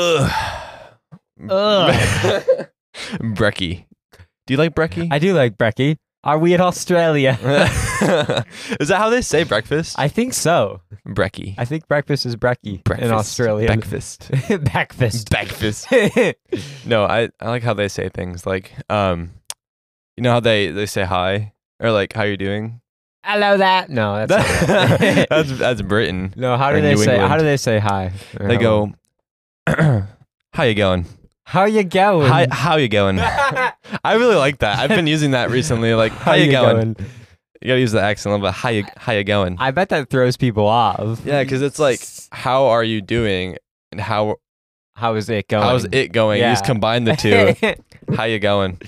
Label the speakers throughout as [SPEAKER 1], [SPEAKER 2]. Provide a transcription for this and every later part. [SPEAKER 1] Ugh.
[SPEAKER 2] Ugh.
[SPEAKER 1] Brecky. Do you like Brecky?
[SPEAKER 2] I do like brekkie. Are we in Australia?
[SPEAKER 1] Is that how they say breakfast?
[SPEAKER 2] I think so.
[SPEAKER 1] Brecky.
[SPEAKER 2] I think breakfast is brekkie
[SPEAKER 1] breakfast.
[SPEAKER 2] in Australia.
[SPEAKER 1] Breakfast.
[SPEAKER 2] Breakfast.
[SPEAKER 1] breakfast. No, I, I like how they say things like, um, you know how they, they say hi or like how you doing.
[SPEAKER 2] Hello that. No, that's not right.
[SPEAKER 1] that's that's Britain.
[SPEAKER 2] no. How
[SPEAKER 1] or
[SPEAKER 2] do they
[SPEAKER 1] New
[SPEAKER 2] say? How
[SPEAKER 1] England.
[SPEAKER 2] do they say hi?
[SPEAKER 1] They go, how you going?
[SPEAKER 2] How you going?
[SPEAKER 1] Hi, how you going? I really like that. I've been using that recently. Like, how, you, going? You gotta use the accent a little bit. How you how you going?
[SPEAKER 2] I bet that throws people off.
[SPEAKER 1] Yeah, because it's like, how are you doing? And how
[SPEAKER 2] How is it going?
[SPEAKER 1] how's it going? You just
[SPEAKER 2] Yeah.
[SPEAKER 1] combine the two. how you going?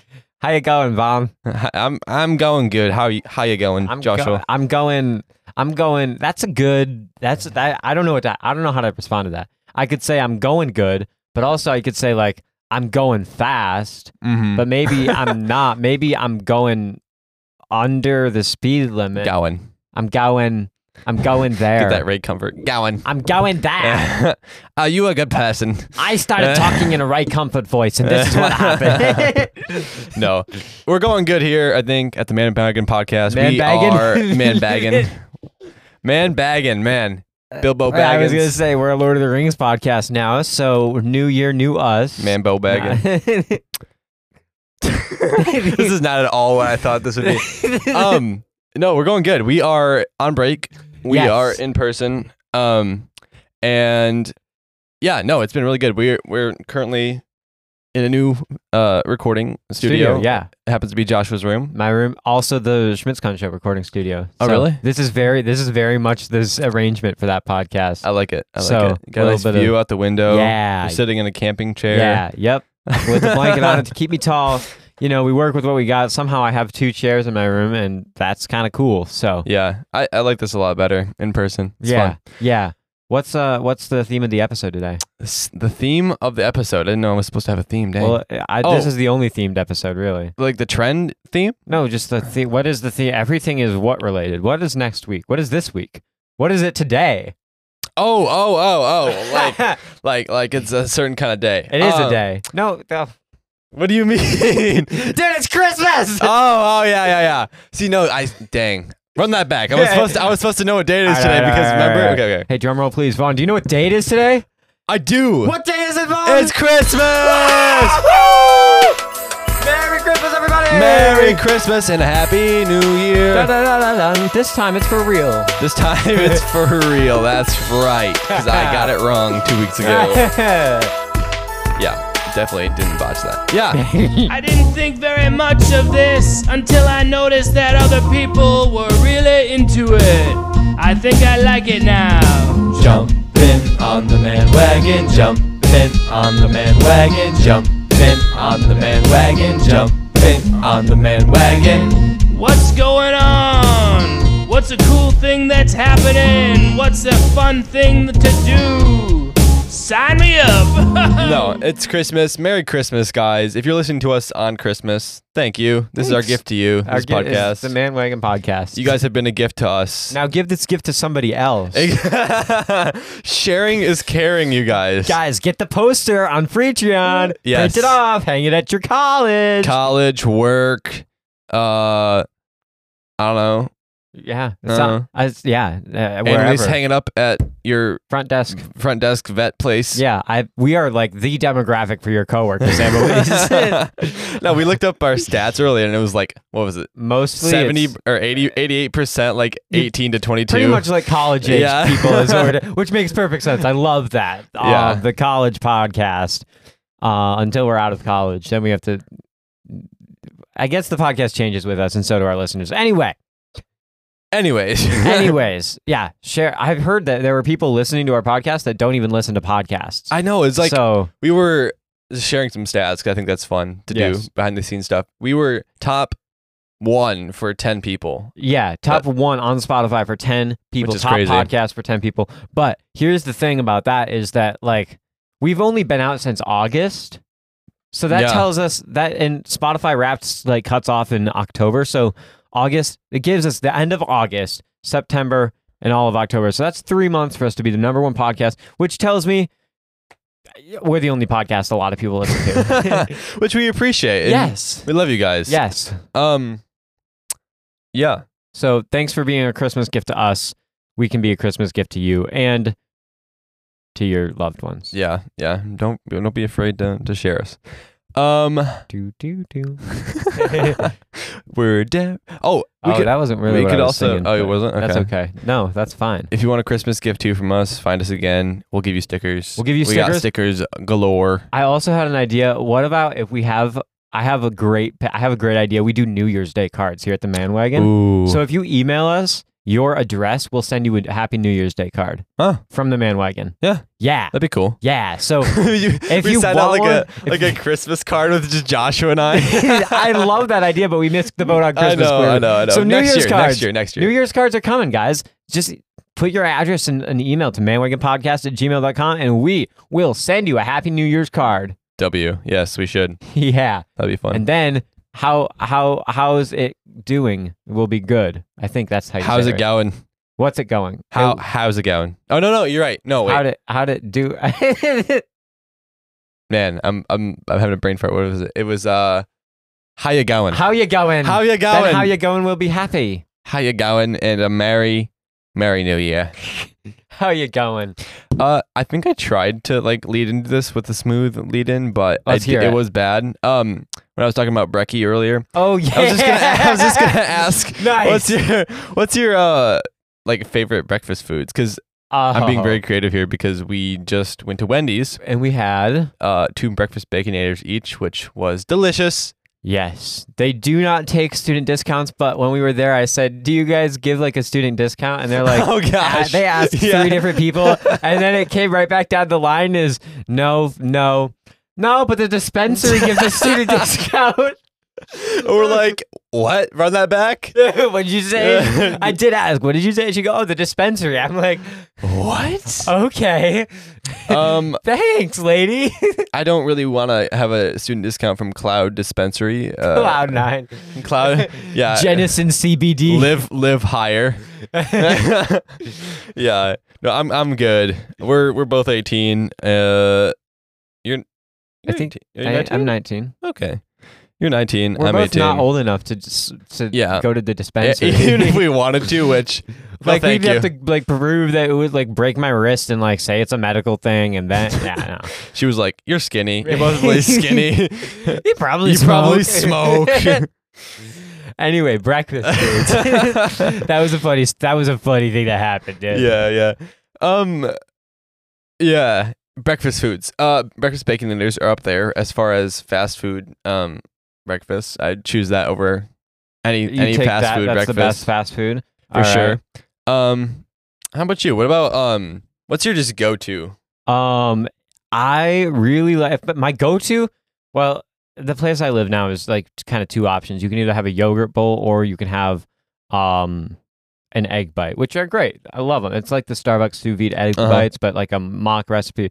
[SPEAKER 2] how you going, Vom?
[SPEAKER 1] I'm I'm going good. How you how you going,
[SPEAKER 2] I'm go-
[SPEAKER 1] Joshua?
[SPEAKER 2] I'm going. I'm going. That's a good. That's that. I don't know what that. I don't know how to respond to that. I could say I'm going good, but also I could say like I'm going fast,
[SPEAKER 1] mm-hmm.
[SPEAKER 2] but maybe I'm not. Maybe I'm going under the speed limit.
[SPEAKER 1] going.
[SPEAKER 2] I'm going. I'm going there.
[SPEAKER 1] Get that right comfort. Going.
[SPEAKER 2] I'm going there.
[SPEAKER 1] Are you a good person?
[SPEAKER 2] I started talking in a right comfort voice, and this is what happened.
[SPEAKER 1] no, we're going good here. I think at the Man Baggin podcast, we
[SPEAKER 2] Man-baggin'?
[SPEAKER 1] are man bagging, man bagging, man. Bilbo
[SPEAKER 2] Uh, I was gonna
[SPEAKER 1] Baggins,
[SPEAKER 2] say we're a Lord of the Rings podcast now, so new year, new us.
[SPEAKER 1] Manbo Baggins. this is not at all what I thought this would be. Um, no, we're going good. We are on break. We
[SPEAKER 2] Yes.
[SPEAKER 1] are in person. Um, and yeah, no, it's been really good. We're we're currently in a new uh recording studio.
[SPEAKER 2] yeah,
[SPEAKER 1] it happens to be Joshua's room.
[SPEAKER 2] my room, also the Schmitzcon show recording studio.
[SPEAKER 1] Oh, really?
[SPEAKER 2] This is very, this is very much this arrangement for that podcast.
[SPEAKER 1] I like it. I like
[SPEAKER 2] So,
[SPEAKER 1] it. Got a
[SPEAKER 2] little
[SPEAKER 1] nice
[SPEAKER 2] bit of-
[SPEAKER 1] view out the window.
[SPEAKER 2] yeah,
[SPEAKER 1] We're sitting in a camping chair.
[SPEAKER 2] yeah, yep. With a blanket on it to keep me tall. You know, we work with what we got. Somehow, I have two chairs in my room, and that's kind of cool. So,
[SPEAKER 1] Yeah, I, I like this a lot better in person. It's
[SPEAKER 2] yeah,
[SPEAKER 1] fun.
[SPEAKER 2] yeah. What's uh, what's the theme of the episode today?
[SPEAKER 1] This- the theme of the episode. I didn't know I was supposed to have a theme. Dang.
[SPEAKER 2] Well, I, this
[SPEAKER 1] Oh.
[SPEAKER 2] is the only themed episode, really.
[SPEAKER 1] like the trend theme.
[SPEAKER 2] No, just the thing. What is the thing? Everything is what related. What is next week? What is this week? What is it today?
[SPEAKER 1] Oh, oh, oh, oh! Like, like, like it's a certain kind of day.
[SPEAKER 2] it is
[SPEAKER 1] Um,
[SPEAKER 2] a day. No, the-
[SPEAKER 1] What do you mean? oh,
[SPEAKER 2] dude, it's Christmas.
[SPEAKER 1] oh, yeah, yeah, yeah. See, no, I dang, run that back. I was supposed to, I was supposed to know what day it is
[SPEAKER 2] All
[SPEAKER 1] today
[SPEAKER 2] right, all
[SPEAKER 1] because
[SPEAKER 2] right, all
[SPEAKER 1] remember?
[SPEAKER 2] right.
[SPEAKER 1] Okay, okay.
[SPEAKER 2] hey, drum roll, please, Vaughn. Do you know what day it is today?
[SPEAKER 1] I do.
[SPEAKER 2] What day is it, Vaughn?
[SPEAKER 1] It's Christmas.
[SPEAKER 2] Merry Christmas, everybody.
[SPEAKER 1] Merry Christmas and Happy New Year.
[SPEAKER 2] Dun, dun, dun, dun, dun. This time it's for real.
[SPEAKER 1] This time it's for real. That's right. Because I got it wrong two weeks ago. yeah, definitely didn't botch that. Yeah.
[SPEAKER 3] I didn't think very much of this until I noticed that other people were really into it. I think I like it now.
[SPEAKER 4] Jumping on the man wagon, jumping on the man wagon, jumping on the man wagon, jumping on the man wagon.
[SPEAKER 3] What's going on? What's a cool thing that's happening? What's a fun thing to do? Sign me up!
[SPEAKER 1] No, it's Christmas. Merry Christmas, guys. If you're listening to us on Christmas, thank you. This is our
[SPEAKER 2] Thanks.
[SPEAKER 1] gift to you,
[SPEAKER 2] Our
[SPEAKER 1] this
[SPEAKER 2] gift is
[SPEAKER 1] podcast.
[SPEAKER 2] the Man Wagon podcast.
[SPEAKER 1] you guys have been a gift to us.
[SPEAKER 2] now give this gift to somebody else.
[SPEAKER 1] Sharing is caring, you guys.
[SPEAKER 2] Guys, get the poster on Freetreon.
[SPEAKER 1] Yes.
[SPEAKER 2] Print it off. Hang it at your college.
[SPEAKER 1] College, work, uh, I don't know.
[SPEAKER 2] Yeah,
[SPEAKER 1] Uh-huh.
[SPEAKER 2] it's not- I s- yeah, uh,
[SPEAKER 1] And at least
[SPEAKER 2] wherever.
[SPEAKER 1] hanging up at your
[SPEAKER 2] Front desk.
[SPEAKER 1] front desk vet place.
[SPEAKER 2] Yeah, I we are like the demographic for your coworkers, Annalise.
[SPEAKER 1] no, we looked up our stats earlier and it was like, what was it?
[SPEAKER 2] Mostly it's
[SPEAKER 1] 70 or 80, 88%, like 18 to 22.
[SPEAKER 2] pretty much like college age
[SPEAKER 1] Yeah.
[SPEAKER 2] people, is what we're- which makes perfect sense. I love that. Uh,
[SPEAKER 1] Yeah.
[SPEAKER 2] the college podcast. Uh, until we're out of college, then we have to. I guess the podcast changes with us, and so do our listeners. Anyway,
[SPEAKER 1] Anyways.
[SPEAKER 2] anyways, yeah, share. I've heard that there were people listening to our podcast that don't even listen to podcasts.
[SPEAKER 1] I know. It's like
[SPEAKER 2] so
[SPEAKER 1] we were sharing some stats 'cause I think that's fun to
[SPEAKER 2] Yes.
[SPEAKER 1] do behind the scenes stuff. We were top one for 10 people.
[SPEAKER 2] Yeah, top one on Spotify for 10 people,
[SPEAKER 1] Which is
[SPEAKER 2] top
[SPEAKER 1] crazy.
[SPEAKER 2] podcast for 10 people. But here's the thing about that is that like we've only been out since August. So that
[SPEAKER 1] Yeah.
[SPEAKER 2] tells us that and Spotify wraps like cuts off in October. So August, it gives us the end of August, September, and all of October. So that's three months for us to be the number one podcast, which tells me we're the only podcast a lot of people listen to.
[SPEAKER 1] which we appreciate. and
[SPEAKER 2] yes.
[SPEAKER 1] we love you guys.
[SPEAKER 2] Yes.
[SPEAKER 1] Um. Yeah.
[SPEAKER 2] So thanks for being a Christmas gift to us. We can be a Christmas gift to you and to your loved ones.
[SPEAKER 1] Yeah. Yeah. Don't don't be afraid to to share us. Um.
[SPEAKER 2] Do do do.
[SPEAKER 1] we're dead. Oh, we
[SPEAKER 2] oh,
[SPEAKER 1] could,
[SPEAKER 2] that wasn't really.
[SPEAKER 1] we
[SPEAKER 2] what I
[SPEAKER 1] could
[SPEAKER 2] was
[SPEAKER 1] also.
[SPEAKER 2] singing,
[SPEAKER 1] oh, it
[SPEAKER 2] but
[SPEAKER 1] wasn't. Okay.
[SPEAKER 2] That's okay. No, that's fine.
[SPEAKER 1] If you want a Christmas gift too from us, find us again. We'll give you stickers.
[SPEAKER 2] We'll give you
[SPEAKER 1] we got stickers galore.
[SPEAKER 2] I also had an idea. What about if we have? I have a great. I have a great idea. We do New Year's Day cards here at the Man Wagon.
[SPEAKER 1] Ooh.
[SPEAKER 2] So if you email us your address, we'll send you a Happy New Year's Day card
[SPEAKER 1] Huh.
[SPEAKER 2] from the Man Wagon.
[SPEAKER 1] Yeah.
[SPEAKER 2] Yeah.
[SPEAKER 1] that'd be cool.
[SPEAKER 2] Yeah. So
[SPEAKER 1] you,
[SPEAKER 2] If
[SPEAKER 1] we
[SPEAKER 2] you
[SPEAKER 1] send out like
[SPEAKER 2] want one-
[SPEAKER 1] a like a Christmas card with just Joshua and I.
[SPEAKER 2] I love that idea, but we missed the boat on
[SPEAKER 1] I
[SPEAKER 2] Christmas.
[SPEAKER 1] know, I
[SPEAKER 2] clearly.
[SPEAKER 1] know, I know.
[SPEAKER 2] So New
[SPEAKER 1] next
[SPEAKER 2] Year's
[SPEAKER 1] year,
[SPEAKER 2] cards.
[SPEAKER 1] next year, next year.
[SPEAKER 2] New Year's cards are coming, guys. Just put your address in an email to manwagonpodcast at gmail.com and we will send you a happy New Year's card.
[SPEAKER 1] W. Yes, we should.
[SPEAKER 2] yeah.
[SPEAKER 1] That'd be fun.
[SPEAKER 2] And then how how how's it doing will be good. I think that's how you
[SPEAKER 1] how's
[SPEAKER 2] say
[SPEAKER 1] it going?
[SPEAKER 2] What's it going?
[SPEAKER 1] How how's it going? Oh no, no, you're right. No, wait,
[SPEAKER 2] how'd it how'd it do
[SPEAKER 1] man, I'm I'm I'm having a brain fart. What was it? It was uh, how you going?
[SPEAKER 2] how you going?
[SPEAKER 1] How you
[SPEAKER 2] Then
[SPEAKER 1] going?
[SPEAKER 2] how you going will be happy.
[SPEAKER 1] How you going? And a merry, merry new year.
[SPEAKER 2] How you going?
[SPEAKER 1] Uh, I think I tried to like lead into this with a smooth lead in, but I
[SPEAKER 2] Let's
[SPEAKER 1] d-
[SPEAKER 2] hear
[SPEAKER 1] it
[SPEAKER 2] it.
[SPEAKER 1] was bad. Um, when I was talking about Brecky earlier,
[SPEAKER 2] Oh yeah.
[SPEAKER 1] I was just gonna, I was just gonna ask,
[SPEAKER 2] Nice.
[SPEAKER 1] what's your what's your uh like favorite breakfast foods? Because I'm being
[SPEAKER 2] Oh.
[SPEAKER 1] very creative here because we just went to Wendy's,
[SPEAKER 2] and we had
[SPEAKER 1] uh, two breakfast baconators each, which was delicious.
[SPEAKER 2] yes they do not take student discounts but when we were there i said do you guys give like a student discount and they're like
[SPEAKER 1] Oh, gosh.
[SPEAKER 2] "Ah," they asked
[SPEAKER 1] Yeah.
[SPEAKER 2] three different people and then it came right back down the line is no no no but the dispensary gives a student discount
[SPEAKER 1] We're like, what? Run that back?
[SPEAKER 2] what'd you say i did ask what did you say she go oh the dispensary i'm like
[SPEAKER 1] What?
[SPEAKER 2] okay
[SPEAKER 1] um,
[SPEAKER 2] thanks lady
[SPEAKER 1] I don't really want to have a student discount from Cloud Dispensary. Uh,
[SPEAKER 2] cloud nine
[SPEAKER 1] Cloud. Yeah.
[SPEAKER 2] Jennison CBD.
[SPEAKER 1] Live, live higher. yeah. No, I'm, I'm good. We're, we're both 18. Uh, you're. you're
[SPEAKER 2] think
[SPEAKER 1] 18. Are you
[SPEAKER 2] I,
[SPEAKER 1] 19?
[SPEAKER 2] I'm 19
[SPEAKER 1] okay. You're 19.
[SPEAKER 2] We're
[SPEAKER 1] I'm
[SPEAKER 2] both
[SPEAKER 1] 18.
[SPEAKER 2] not old enough to just to
[SPEAKER 1] Yeah.
[SPEAKER 2] go to the
[SPEAKER 1] Yeah,
[SPEAKER 2] dispensary.
[SPEAKER 1] even if we wanted to, which no,
[SPEAKER 2] like
[SPEAKER 1] thank
[SPEAKER 2] we'd
[SPEAKER 1] you.
[SPEAKER 2] have to like prove that it would like break my wrist and like say it's a medical thing and then yeah,
[SPEAKER 1] She was like, "You're skinny. You're both really skinny.
[SPEAKER 2] no. you probably
[SPEAKER 1] you probably smoke."
[SPEAKER 2] anyway, breakfast foods. that was a funny that was a funny thing that happened, dude.
[SPEAKER 1] yeah, yeah. Um, yeah. Breakfast foods. Uh, breakfast bacon dinners are up there as far as fast food. Um, breakfast. I'd choose that over any
[SPEAKER 2] You
[SPEAKER 1] any
[SPEAKER 2] take
[SPEAKER 1] fast
[SPEAKER 2] that,
[SPEAKER 1] food
[SPEAKER 2] that's the
[SPEAKER 1] breakfast
[SPEAKER 2] best fast food
[SPEAKER 1] for
[SPEAKER 2] All
[SPEAKER 1] sure. Um, how about you? What about um? What's your just go to?
[SPEAKER 2] Um, I really like, but my go-to, well, the place I live now is like kind of two options. You can either have a yogurt bowl or you can have um an egg bite, which are great. I love them. It's like the Starbucks sous vide egg
[SPEAKER 1] Uh-huh.
[SPEAKER 2] bites, but like a mock recipe.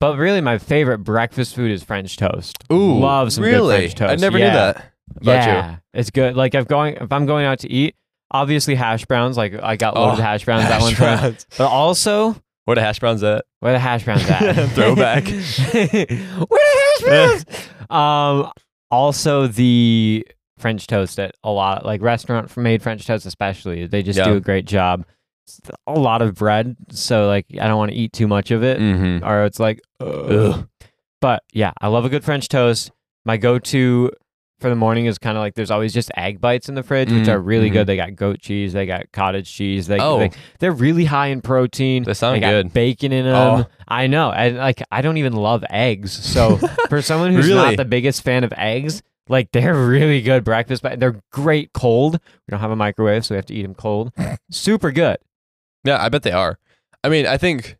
[SPEAKER 2] But really, my favorite breakfast food is French toast. love some good
[SPEAKER 1] really?
[SPEAKER 2] French toast.
[SPEAKER 1] I never
[SPEAKER 2] yeah.
[SPEAKER 1] knew that. About you?
[SPEAKER 2] yeah, it's good. Like if going, if I'm going out to eat, obviously hash browns. Like I got loaded
[SPEAKER 1] Oh,
[SPEAKER 2] hash browns that
[SPEAKER 1] Hash
[SPEAKER 2] one time.
[SPEAKER 1] browns.
[SPEAKER 2] But also,
[SPEAKER 1] What a hash browns at?
[SPEAKER 2] where the hash browns at?
[SPEAKER 1] Throwback.
[SPEAKER 2] Where the hash browns? um, also the French toast at a lot, like restaurant made French toast, especially. They just
[SPEAKER 1] Yeah.
[SPEAKER 2] do a great job. It's a lot of bread, so like I don't want to eat too much of it,
[SPEAKER 1] Mm-hmm.
[SPEAKER 2] or it's like. Ugh. But yeah, I love a good French toast. My go-to for the morning is kind of like there's always just egg bites in the fridge, which
[SPEAKER 1] Mm,
[SPEAKER 2] are really
[SPEAKER 1] mhm.
[SPEAKER 2] good. They got goat cheese, they got cottage cheese. They,
[SPEAKER 1] Oh.
[SPEAKER 2] they they're really high in protein.
[SPEAKER 1] They sound
[SPEAKER 2] they got
[SPEAKER 1] good.
[SPEAKER 2] Bacon in them.
[SPEAKER 1] Oh.
[SPEAKER 2] I know, and like I don't even love eggs. So for someone who's
[SPEAKER 1] Really?
[SPEAKER 2] not the biggest fan of eggs, like they're really good breakfast, but they're great cold. We don't have a microwave, so we have to eat them cold. Super good.
[SPEAKER 1] Yeah, I bet they are. I mean, I think.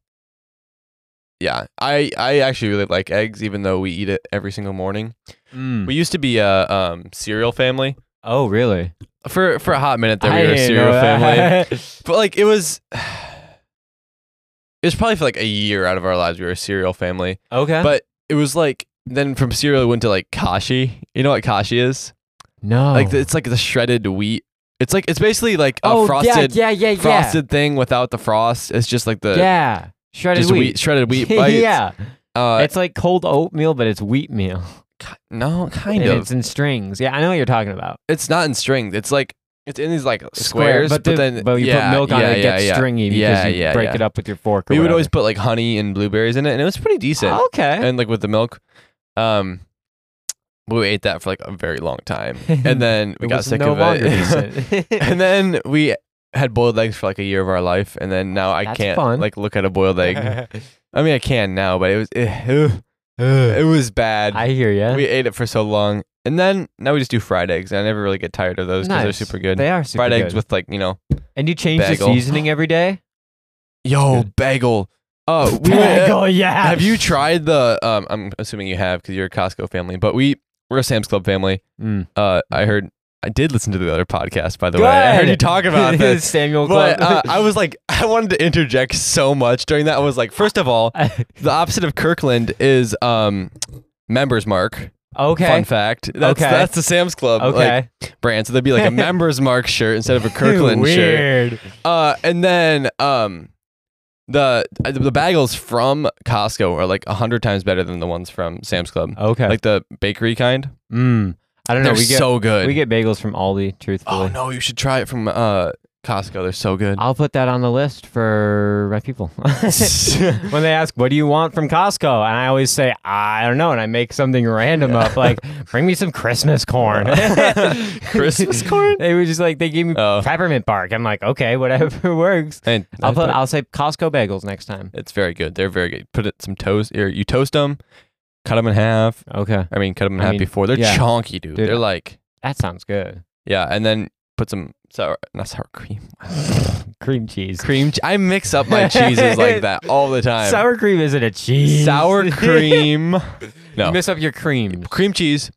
[SPEAKER 1] Yeah, I I actually really like eggs, even though we eat it every single morning.
[SPEAKER 2] Mm.
[SPEAKER 1] We used to be a um, cereal family
[SPEAKER 2] Oh, really?
[SPEAKER 1] for for a hot minute there. We were a
[SPEAKER 2] didn't
[SPEAKER 1] cereal
[SPEAKER 2] know
[SPEAKER 1] family,
[SPEAKER 2] that.
[SPEAKER 1] but like it was. It was probably for like a year out of our lives we were a cereal family,
[SPEAKER 2] okay.
[SPEAKER 1] but it was like then from cereal we went to like kashi. You know what kashi is?
[SPEAKER 2] no.
[SPEAKER 1] Like it's like the shredded wheat. It's like it's basically like a
[SPEAKER 2] oh,
[SPEAKER 1] frosted
[SPEAKER 2] yeah, yeah, yeah,
[SPEAKER 1] frosted thing without the frost. It's just like the
[SPEAKER 2] yeah, yeah. Shredded
[SPEAKER 1] just wheat.
[SPEAKER 2] uh, wheat.
[SPEAKER 1] shredded wheat bites.
[SPEAKER 2] yeah,
[SPEAKER 1] Uh,
[SPEAKER 2] it's like cold oatmeal, but it's wheat meal.
[SPEAKER 1] ki- no, kind
[SPEAKER 2] And
[SPEAKER 1] of.
[SPEAKER 2] it's in strings. Yeah, I know what you're talking about.
[SPEAKER 1] It's not in string. It's like it's in these like
[SPEAKER 2] Square,
[SPEAKER 1] squares,
[SPEAKER 2] but,
[SPEAKER 1] but,
[SPEAKER 2] the-
[SPEAKER 1] then
[SPEAKER 2] but you
[SPEAKER 1] yeah,
[SPEAKER 2] put milk on
[SPEAKER 1] yeah,
[SPEAKER 2] it, it
[SPEAKER 1] yeah,
[SPEAKER 2] gets
[SPEAKER 1] yeah.
[SPEAKER 2] stringy because
[SPEAKER 1] Yeah,
[SPEAKER 2] you
[SPEAKER 1] yeah,
[SPEAKER 2] break
[SPEAKER 1] yeah.
[SPEAKER 2] it up with your fork. Or
[SPEAKER 1] We would always
[SPEAKER 2] whatever.
[SPEAKER 1] put like honey and blueberries in it, and it was pretty decent.
[SPEAKER 2] okay.
[SPEAKER 1] And like with the milk, um, we ate that for like a very long time, and then we
[SPEAKER 2] It
[SPEAKER 1] got
[SPEAKER 2] was
[SPEAKER 1] sick
[SPEAKER 2] no
[SPEAKER 1] of
[SPEAKER 2] longer
[SPEAKER 1] it.
[SPEAKER 2] decent.
[SPEAKER 1] and then we had boiled eggs for like a year of our life, and then now I
[SPEAKER 2] That's
[SPEAKER 1] can't
[SPEAKER 2] fun.
[SPEAKER 1] like look at a boiled egg. I mean, I can now, but it was it, it was bad.
[SPEAKER 2] I hear you.
[SPEAKER 1] we ate it for so long, and then now we just do fried eggs. and I never really get tired of those because
[SPEAKER 2] Nice.
[SPEAKER 1] they're super good.
[SPEAKER 2] They are super
[SPEAKER 1] fried
[SPEAKER 2] good.
[SPEAKER 1] eggs with like you know,
[SPEAKER 2] and you change
[SPEAKER 1] bagel.
[SPEAKER 2] the seasoning every day.
[SPEAKER 1] yo bagel. Oh, we went-
[SPEAKER 2] Bagel, yeah.
[SPEAKER 1] Have you tried the? Um, I'm assuming you have because you're a Costco family, but we we're a Sam's Club family.
[SPEAKER 2] Mm.
[SPEAKER 1] Uh, I heard I did listen to the other podcast by the way. I heard
[SPEAKER 2] Good.
[SPEAKER 1] you talk about this.
[SPEAKER 2] Samuel
[SPEAKER 1] But uh,
[SPEAKER 2] Club.
[SPEAKER 1] I was like, I wanted to interject so much during that. I was like, first of all, the opposite of Kirkland is um, members mark.
[SPEAKER 2] okay.
[SPEAKER 1] Fun fact. That's
[SPEAKER 2] Okay.
[SPEAKER 1] that's the Sam's Club like,
[SPEAKER 2] okay.
[SPEAKER 1] brand. So there'd be like a members mark shirt instead of a Kirkland shirt.
[SPEAKER 2] Weird.
[SPEAKER 1] Uh, and then um, the uh, the bagels from Costco are like a hundred times better than the ones from Sam's Club.
[SPEAKER 2] Okay.
[SPEAKER 1] Like the bakery kind.
[SPEAKER 2] mm. I don't know.
[SPEAKER 1] They're
[SPEAKER 2] We get
[SPEAKER 1] so good.
[SPEAKER 2] we get bagels from Aldi. Truthfully,
[SPEAKER 1] oh no, you should try it from uh Costco. They're so good.
[SPEAKER 2] I'll put that on the list for my people.
[SPEAKER 1] yeah,
[SPEAKER 2] when they ask, "What do you want from Costco?" and I always say, "I don't know," and I make something random up, like, "Bring me some Christmas corn."
[SPEAKER 1] Christmas corn?
[SPEAKER 2] They were just like, they gave me
[SPEAKER 1] Oh.
[SPEAKER 2] peppermint bark. I'm like, okay, whatever works.
[SPEAKER 1] and
[SPEAKER 2] I'll put, I'll say Costco bagels next time.
[SPEAKER 1] it's very good. They're very good. Put it some toast. Or you toast them, cut them in half.
[SPEAKER 2] Okay,
[SPEAKER 1] I mean, cut them in
[SPEAKER 2] I
[SPEAKER 1] half
[SPEAKER 2] mean,
[SPEAKER 1] before. They're
[SPEAKER 2] yeah.
[SPEAKER 1] chonky, dude.
[SPEAKER 2] Dude.
[SPEAKER 1] They're like
[SPEAKER 2] that sounds good.
[SPEAKER 1] yeah, and then put some sour not sour cream
[SPEAKER 2] Cream cheese.
[SPEAKER 1] cream. che- I mix up my cheeses like that all the time.
[SPEAKER 2] Sour cream isn't a cheese.
[SPEAKER 1] sour cream, no.
[SPEAKER 2] You mess up your cream.
[SPEAKER 1] cream cheese,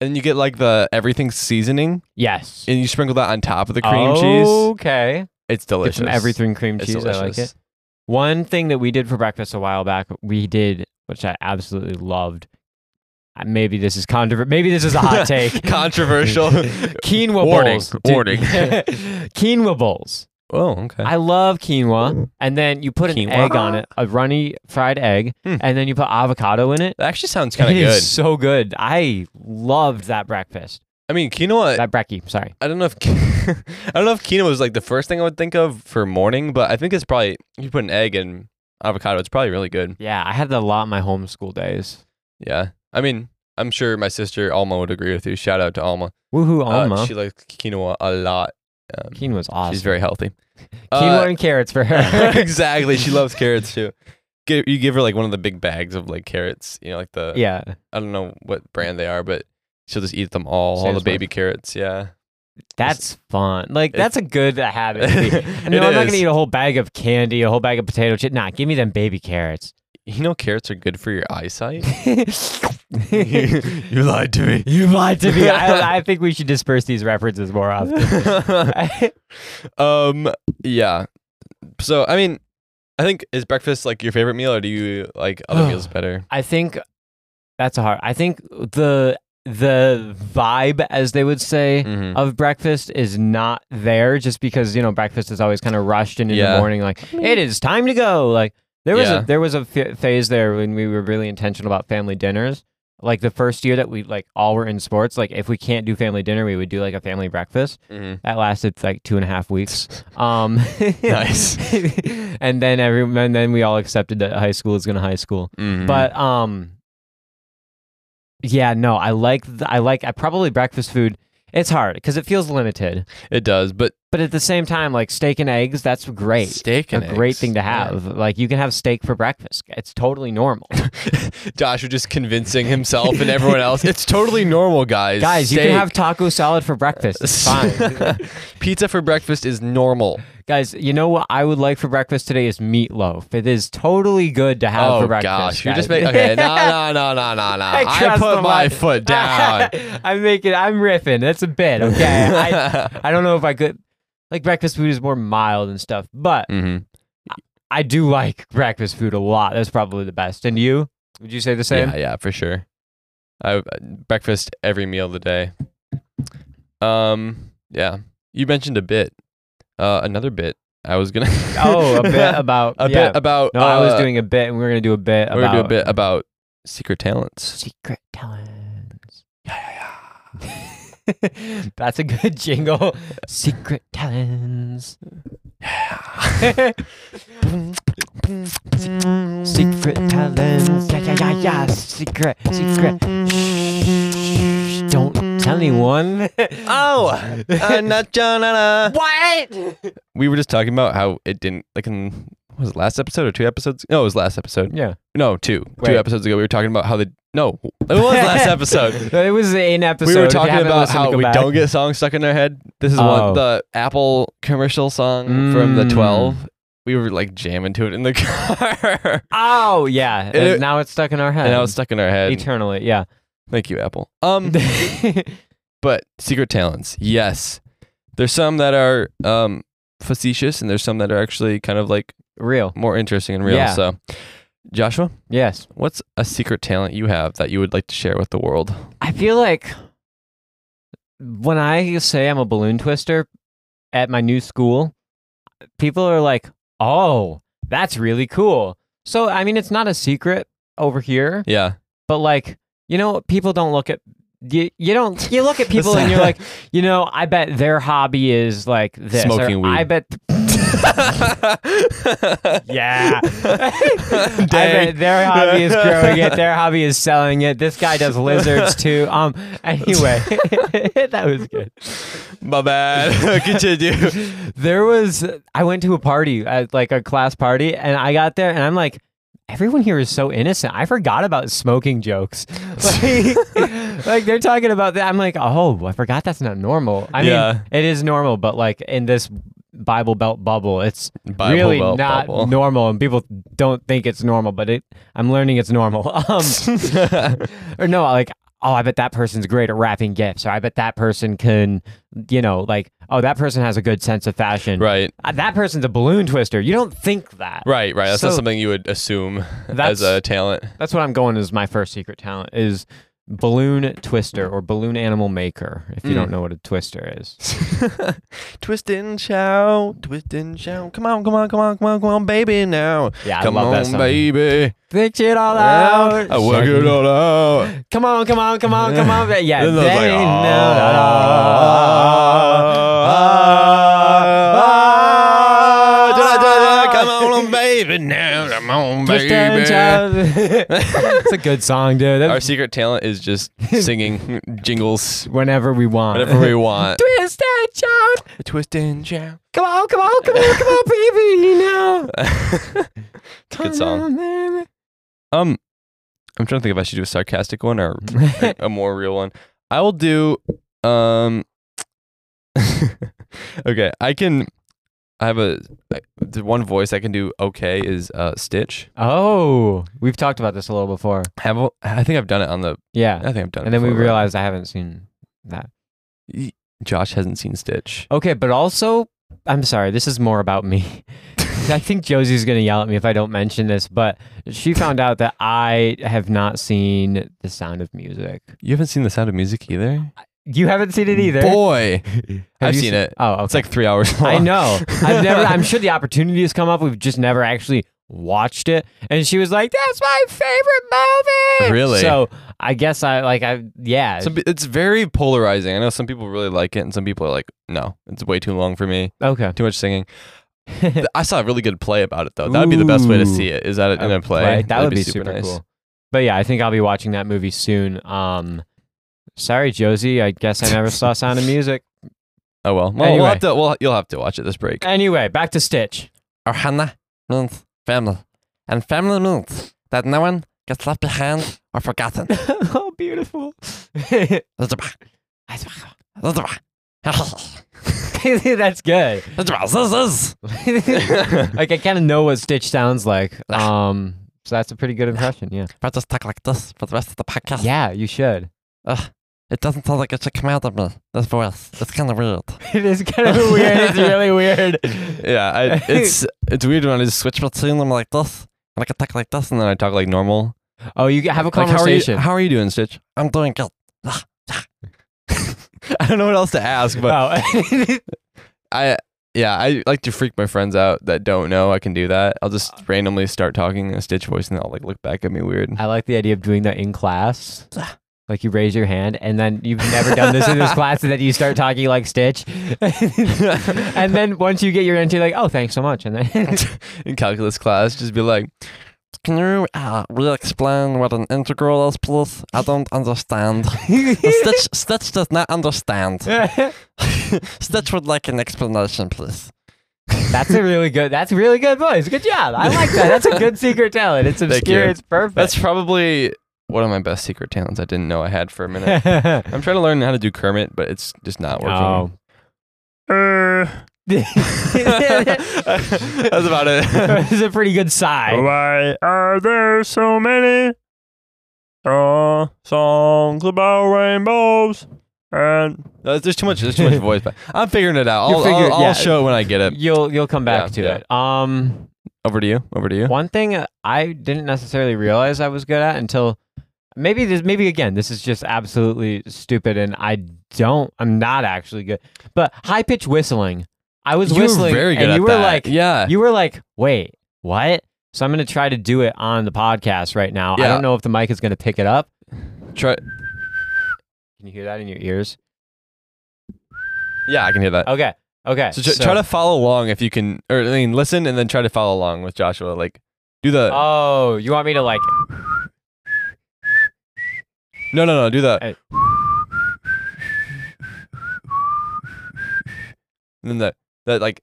[SPEAKER 1] and you get like the everything seasoning,
[SPEAKER 2] Yes.
[SPEAKER 1] and you sprinkle that on top of the cream cheese.
[SPEAKER 2] Okay.
[SPEAKER 1] It's
[SPEAKER 2] Oh. Get
[SPEAKER 1] delicious.
[SPEAKER 2] some everything cream
[SPEAKER 1] It's
[SPEAKER 2] cheese. I like
[SPEAKER 1] delicious.
[SPEAKER 2] it. One thing that we did for breakfast a while back, we did, which I absolutely loved. Uh, Maybe this is controversial. Maybe this is a hot take.
[SPEAKER 1] Controversial.
[SPEAKER 2] quinoa
[SPEAKER 1] Warning,
[SPEAKER 2] bowls. dude.
[SPEAKER 1] warning.
[SPEAKER 2] quinoa bowls.
[SPEAKER 1] oh, okay.
[SPEAKER 2] I love quinoa. And then you put an
[SPEAKER 1] Quinoa?
[SPEAKER 2] egg on it, a runny fried egg,
[SPEAKER 1] Hmm.
[SPEAKER 2] and then you put avocado in it.
[SPEAKER 1] that actually sounds kind
[SPEAKER 2] It
[SPEAKER 1] of
[SPEAKER 2] is
[SPEAKER 1] good.
[SPEAKER 2] so good. I loved that breakfast.
[SPEAKER 1] I mean, quinoa.
[SPEAKER 2] That brekkie, sorry.
[SPEAKER 1] I don't know if I don't know if quinoa was like the first thing I would think of for morning, but I think it's probably you put an egg and avocado. It's probably really good.
[SPEAKER 2] Yeah, I had that a lot in my homeschool days.
[SPEAKER 1] Yeah. I mean, I'm sure my sister Alma would agree with you. Shout out to Alma.
[SPEAKER 2] Woohoo,
[SPEAKER 1] Uh,
[SPEAKER 2] Alma.
[SPEAKER 1] she likes quinoa a lot. Um,
[SPEAKER 2] quinoa's awesome.
[SPEAKER 1] She's very healthy.
[SPEAKER 2] quinoa
[SPEAKER 1] Uh,
[SPEAKER 2] and carrots for her.
[SPEAKER 1] exactly. She loves carrots too. Gi- you give her like one of the big bags of like carrots, you know, like the
[SPEAKER 2] yeah.
[SPEAKER 1] I don't know what brand they are, but she'll just eat them all, all
[SPEAKER 2] Sam's
[SPEAKER 1] the
[SPEAKER 2] Club.
[SPEAKER 1] baby carrots. Yeah,
[SPEAKER 2] That's fun. Like that's a good habit. to be-
[SPEAKER 1] It
[SPEAKER 2] No, I'm not gonna
[SPEAKER 1] is.
[SPEAKER 2] eat a whole bag of candy, a whole bag of potato chips. Nah, give me them baby carrots.
[SPEAKER 1] you know, carrots are good for your eyesight.
[SPEAKER 2] you
[SPEAKER 1] lied to me.
[SPEAKER 2] lied to me. I, I think we should disperse these references more often.
[SPEAKER 1] um, yeah. So I mean, I think is breakfast like your favorite meal, or do you like other meals better?
[SPEAKER 2] I think that's a hard. I think the the vibe, as they would say,
[SPEAKER 1] Mhm.
[SPEAKER 2] of breakfast is not there, just because you know breakfast is always kind of rushed and in the
[SPEAKER 1] Yeah.
[SPEAKER 2] morning, like it is time to go. Like there was
[SPEAKER 1] Yeah.
[SPEAKER 2] a there was a f- phase there when we were really intentional about family dinners. Like the first year that we like all were in sports, like if we can't do family dinner, we would do like a family breakfast.
[SPEAKER 1] Mhm.
[SPEAKER 2] That lasted like two and a half weeks. Um,
[SPEAKER 1] Nice.
[SPEAKER 2] and then every and then we all accepted that high school is gonna high school.
[SPEAKER 1] Mhm.
[SPEAKER 2] But um, yeah, no, I like th- I like I probably breakfast food. It's hard because it feels limited,
[SPEAKER 1] it does. But
[SPEAKER 2] but at the same time, like steak and eggs, that's great.
[SPEAKER 1] steak and
[SPEAKER 2] a great
[SPEAKER 1] eggs.
[SPEAKER 2] thing to
[SPEAKER 1] Yeah.
[SPEAKER 2] have. Like you can have steak for breakfast. It's totally normal,
[SPEAKER 1] Josh was just convincing himself and everyone else. It's totally normal, guys.
[SPEAKER 2] guys. You can
[SPEAKER 1] Steak.
[SPEAKER 2] have taco salad for breakfast. It's fine,
[SPEAKER 1] Pizza for breakfast is normal.
[SPEAKER 2] guys. You know what I would like for breakfast today is meatloaf. It is totally good to have for
[SPEAKER 1] oh
[SPEAKER 2] breakfast.
[SPEAKER 1] gosh, you're just
[SPEAKER 2] guys.
[SPEAKER 1] making. Okay, no, no, no, no, no, no.
[SPEAKER 2] I
[SPEAKER 1] I,
[SPEAKER 2] crossed the
[SPEAKER 1] put my
[SPEAKER 2] line.
[SPEAKER 1] foot down.
[SPEAKER 2] I'm making. I'm riffing. That's a bit. Okay. I, I don't know if I could. Like breakfast food is more mild and stuff, but
[SPEAKER 1] Mhm.
[SPEAKER 2] I do like breakfast food a lot. That's probably the best. And you? Would you say the same?
[SPEAKER 1] Yeah, yeah, for sure. I uh, breakfast every meal of the day. Um, yeah. You mentioned a bit. Uh, another bit I was gonna.
[SPEAKER 2] Oh, a bit about
[SPEAKER 1] a
[SPEAKER 2] yeah.
[SPEAKER 1] bit about.
[SPEAKER 2] No, I was
[SPEAKER 1] uh,
[SPEAKER 2] doing a bit, and we were gonna do a bit
[SPEAKER 1] We're
[SPEAKER 2] about
[SPEAKER 1] gonna do a bit about secret talents.
[SPEAKER 2] secret talents. That's a good jingle. Secret talents. secret talents. Yeah, yeah, yeah, yeah. Secret, secret. Shh, Don't tell anyone.
[SPEAKER 1] Oh, uh, not John. uh,
[SPEAKER 2] what?
[SPEAKER 1] We were just talking about how it didn't like in what was it last episode or two episodes? No, it was last episode.
[SPEAKER 2] Yeah.
[SPEAKER 1] No, two
[SPEAKER 2] Wait.
[SPEAKER 1] two episodes ago. We were talking about how the no, it was last episode.
[SPEAKER 2] it was an episode.
[SPEAKER 1] We were
[SPEAKER 2] If you
[SPEAKER 1] talking
[SPEAKER 2] haven't
[SPEAKER 1] about
[SPEAKER 2] listened,
[SPEAKER 1] how
[SPEAKER 2] go
[SPEAKER 1] we
[SPEAKER 2] back.
[SPEAKER 1] don't get songs stuck in our head. This is
[SPEAKER 2] Oh.
[SPEAKER 1] one the Apple commercial song from the
[SPEAKER 2] Mm.
[SPEAKER 1] Twelve. We were like jamming to it in the car,
[SPEAKER 2] Oh yeah.
[SPEAKER 1] It-
[SPEAKER 2] And now it's stuck in our head.
[SPEAKER 1] and now it's stuck in our head.
[SPEAKER 2] eternally. Yeah.
[SPEAKER 1] Thank you, Apple. Um, but secret talents, yes. There's some that are um facetious, and there's some that are actually kind of like
[SPEAKER 2] Real.
[SPEAKER 1] more interesting and real.
[SPEAKER 2] Yeah.
[SPEAKER 1] So, Joshua,
[SPEAKER 2] Yes.
[SPEAKER 1] what's a secret talent you have that you would like to share with the world?
[SPEAKER 2] I feel like when I say I'm a balloon twister at my new school, people are like, "Oh, that's really cool." So, I mean, it's not a secret over here,
[SPEAKER 1] Yeah,
[SPEAKER 2] but like, you know, people don't look at you, you don't you look at people and you're like, you know, I bet their hobby is like this. or
[SPEAKER 1] Smoking weed.
[SPEAKER 2] I bet Yeah. I bet their hobby is growing it. Their hobby is selling it. This guy does lizards too. Um. Anyway, that was good.
[SPEAKER 1] My bad. Continue.
[SPEAKER 2] There was. I went to a party at like a class party, and I got there, and I'm like. Everyone here is so innocent. I forgot about smoking jokes. Like, like, they're talking about that. I'm like, oh, I forgot that's not normal. I
[SPEAKER 1] Yeah.
[SPEAKER 2] mean, it is normal, but like in this Bible Belt bubble, it's
[SPEAKER 1] Bible
[SPEAKER 2] really
[SPEAKER 1] Belt
[SPEAKER 2] not
[SPEAKER 1] bubble.
[SPEAKER 2] normal, and people don't think it's normal. But it, I'm learning it's normal. Um, or no, like oh, I bet that person's great at wrapping gifts, or I bet that person can, you know, like oh, that person has a good sense of fashion.
[SPEAKER 1] right.
[SPEAKER 2] Uh, that person's a balloon twister. You don't think that.
[SPEAKER 1] Right, right. That's not
[SPEAKER 2] So-
[SPEAKER 1] something you would assume
[SPEAKER 2] That's-
[SPEAKER 1] as a talent.
[SPEAKER 2] That's what I'm going as my first secret talent is balloon twister or balloon animal maker. If you
[SPEAKER 1] Mm.
[SPEAKER 2] don't know what a twister is,
[SPEAKER 1] twist and shout, twist and shout. Come on, come on, come on, come on, come on, baby now.
[SPEAKER 2] yeah,
[SPEAKER 1] come
[SPEAKER 2] I love
[SPEAKER 1] on,
[SPEAKER 2] that song.
[SPEAKER 1] baby.
[SPEAKER 2] Think it all out.
[SPEAKER 1] I work it all out.
[SPEAKER 2] Come on, come on, come on, come on. Yeah,
[SPEAKER 1] Then I was
[SPEAKER 2] they
[SPEAKER 1] like,
[SPEAKER 2] know. Ah.
[SPEAKER 1] ah, ah, da, da, da, Come on, baby now. Come on,
[SPEAKER 2] Twister and
[SPEAKER 1] baby.
[SPEAKER 2] shout. it's a good song, dude.
[SPEAKER 1] Our
[SPEAKER 2] That's
[SPEAKER 1] secret talent is just singing jingles
[SPEAKER 2] whenever we want.
[SPEAKER 1] whenever we want.
[SPEAKER 2] Twist and shout.
[SPEAKER 1] Twist and shout.
[SPEAKER 2] Come on, come on, come on, come on, baby. You know.
[SPEAKER 1] good song. Um, I'm trying to think if I should do a sarcastic one or a, a more real one. I will do. Um, okay, I can. I have a I- the one voice I can do. Okay, is uh Stitch.
[SPEAKER 2] Oh, we've talked about this a little before.
[SPEAKER 1] Have a- I think I've done it on the.
[SPEAKER 2] Yeah.
[SPEAKER 1] I think I've done it.
[SPEAKER 2] and then we
[SPEAKER 1] before, but
[SPEAKER 2] realized I haven't seen that.
[SPEAKER 1] Josh hasn't seen Stitch.
[SPEAKER 2] Okay, but also, I'm sorry, this is more about me. I think Josie's going to yell at me if I don't mention this, but she found out that I have not seen The Sound of Music.
[SPEAKER 1] You haven't seen The Sound of Music either.
[SPEAKER 2] You haven't seen it either.
[SPEAKER 1] Boy,
[SPEAKER 2] Have
[SPEAKER 1] I've
[SPEAKER 2] you
[SPEAKER 1] seen it.
[SPEAKER 2] Oh, okay.
[SPEAKER 1] It's like three hours long.
[SPEAKER 2] I know. I've never. I'm sure the opportunity has come up. We've just never actually watched it. And she was like, "That's my favorite movie."
[SPEAKER 1] Really?
[SPEAKER 2] So I guess I like. I yeah.
[SPEAKER 1] Some, pe- it's very polarizing. I know some people really like it, and some people are like, "No, it's way too long for me.
[SPEAKER 2] okay.
[SPEAKER 1] Too much singing." Th- I saw a really good play about it though. That would be the best way to
[SPEAKER 2] Ooh.
[SPEAKER 1] see it. Is that in a play?
[SPEAKER 2] Right, That
[SPEAKER 1] That'd
[SPEAKER 2] would be, super, cool. But yeah, I think I'll be watching that movie soon. Um, sorry, Josie. I guess I never saw Sound of Music.
[SPEAKER 1] Oh well. Well, we'll
[SPEAKER 2] Anyway.
[SPEAKER 1] have to. We'll, you'll have to watch it this break.
[SPEAKER 2] Anyway, back to Stitch.
[SPEAKER 1] Our Hannah means family, and family means that no one gets left behind or forgotten.
[SPEAKER 2] oh, beautiful. That's good. like I kind of know what Stitch sounds like. Um, so that's a pretty good impression. Yeah.
[SPEAKER 1] I just talk like this for the rest of the podcast.
[SPEAKER 2] Yeah, you should.
[SPEAKER 1] It doesn't sound like it should come out of me. This voice. It's kind of weird.
[SPEAKER 2] it is kind of weird. It's really weird.
[SPEAKER 1] Yeah, I, it's it's weird when I just switch between them like this, and I can talk like this, and then I talk like normal.
[SPEAKER 2] Oh, you have a
[SPEAKER 1] Like, how are you-
[SPEAKER 2] conversation.
[SPEAKER 1] how, are you, doing, Stitch? I'm doing good. Oh. I don't know what else to ask, but
[SPEAKER 2] Oh.
[SPEAKER 1] I yeah, I like to freak my friends out that don't know I can do that. I'll
[SPEAKER 2] Ah.
[SPEAKER 1] just randomly start talking in a Stitch voice, and they'll like look back at me weird.
[SPEAKER 2] I like the idea of doing that in class. Like you raise your hand, and then you've never done this in this class, and then you start talking like Stitch, and then once you get your answer, you're like, "Oh, thanks so much," and then
[SPEAKER 1] in calculus class, just be like, "Can you uh, re-explain what an integral is, please? I don't understand. Stitch, Stitch does not understand. Stitch would like an explanation, please."
[SPEAKER 2] that's a really good. That's a really good voice. Good job. I like that. That's a good secret talent. It's
[SPEAKER 1] you.
[SPEAKER 2] obscure. It's perfect.
[SPEAKER 1] That's probably one of my best secret talents. I didn't know I had for a minute. I'm trying to learn how to do Kermit, but it's just not working.
[SPEAKER 2] oh.
[SPEAKER 1] Uh, That's about it.
[SPEAKER 2] This is a pretty good sigh.
[SPEAKER 1] Why are there so many uh, songs about rainbows? And Uh, there's too much. There's too much voice. But I'm figuring it out.
[SPEAKER 2] You're
[SPEAKER 1] I'll,
[SPEAKER 2] figuring-
[SPEAKER 1] I'll, I'll
[SPEAKER 2] yeah.
[SPEAKER 1] show when I get it.
[SPEAKER 2] You'll you'll come back
[SPEAKER 1] Yeah,
[SPEAKER 2] to
[SPEAKER 1] yeah.
[SPEAKER 2] it. Um.
[SPEAKER 1] Over to you. Over to you.
[SPEAKER 2] One thing I didn't necessarily realize I was good at until maybe this maybe again this is just absolutely stupid and I don't I'm not actually good. But high pitch whistling. I was
[SPEAKER 1] You were
[SPEAKER 2] whistling
[SPEAKER 1] very good
[SPEAKER 2] and
[SPEAKER 1] at
[SPEAKER 2] you were
[SPEAKER 1] that.
[SPEAKER 2] like
[SPEAKER 1] yeah.
[SPEAKER 2] you were like, "Wait, what?" So I'm going to try to do it on the podcast right now. I
[SPEAKER 1] Yeah.
[SPEAKER 2] don't know if the mic is going to pick it up.
[SPEAKER 1] Try.
[SPEAKER 2] Can you hear that in your ears?
[SPEAKER 1] Yeah, I can hear that.
[SPEAKER 2] Okay. Okay.
[SPEAKER 1] So, tr- try to follow along if you can, or I mean, listen and then try to follow along with Joshua. Like, do the
[SPEAKER 2] Oh, you want me to like
[SPEAKER 1] no, no, no, do that.
[SPEAKER 2] Hey.
[SPEAKER 1] And then that, that like,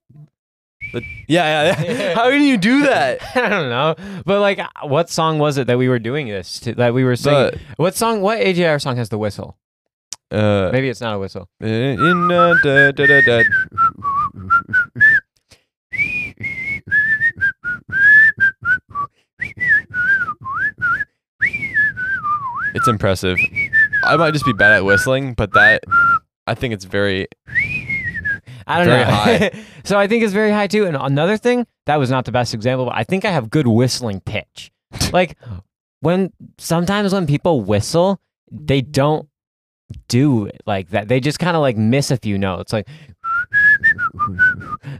[SPEAKER 1] the, yeah, yeah. yeah. How do you do that?
[SPEAKER 2] I don't know. But like uh, what song was it that we were doing this to, that we were singing?
[SPEAKER 1] The-
[SPEAKER 2] What song? What AJR song has the whistle?
[SPEAKER 1] Uh,
[SPEAKER 2] Maybe it's not a whistle.
[SPEAKER 1] in uh, da, da, da, da. It's impressive. I might just be bad at whistling, but that I think it's very
[SPEAKER 2] I don't
[SPEAKER 1] Very
[SPEAKER 2] know.
[SPEAKER 1] high.
[SPEAKER 2] so I think it's very high too. And another thing that was not the best example, but I think I have good whistling pitch. like when sometimes when people whistle, they don't do it like that. They just kind of like miss a few notes. Like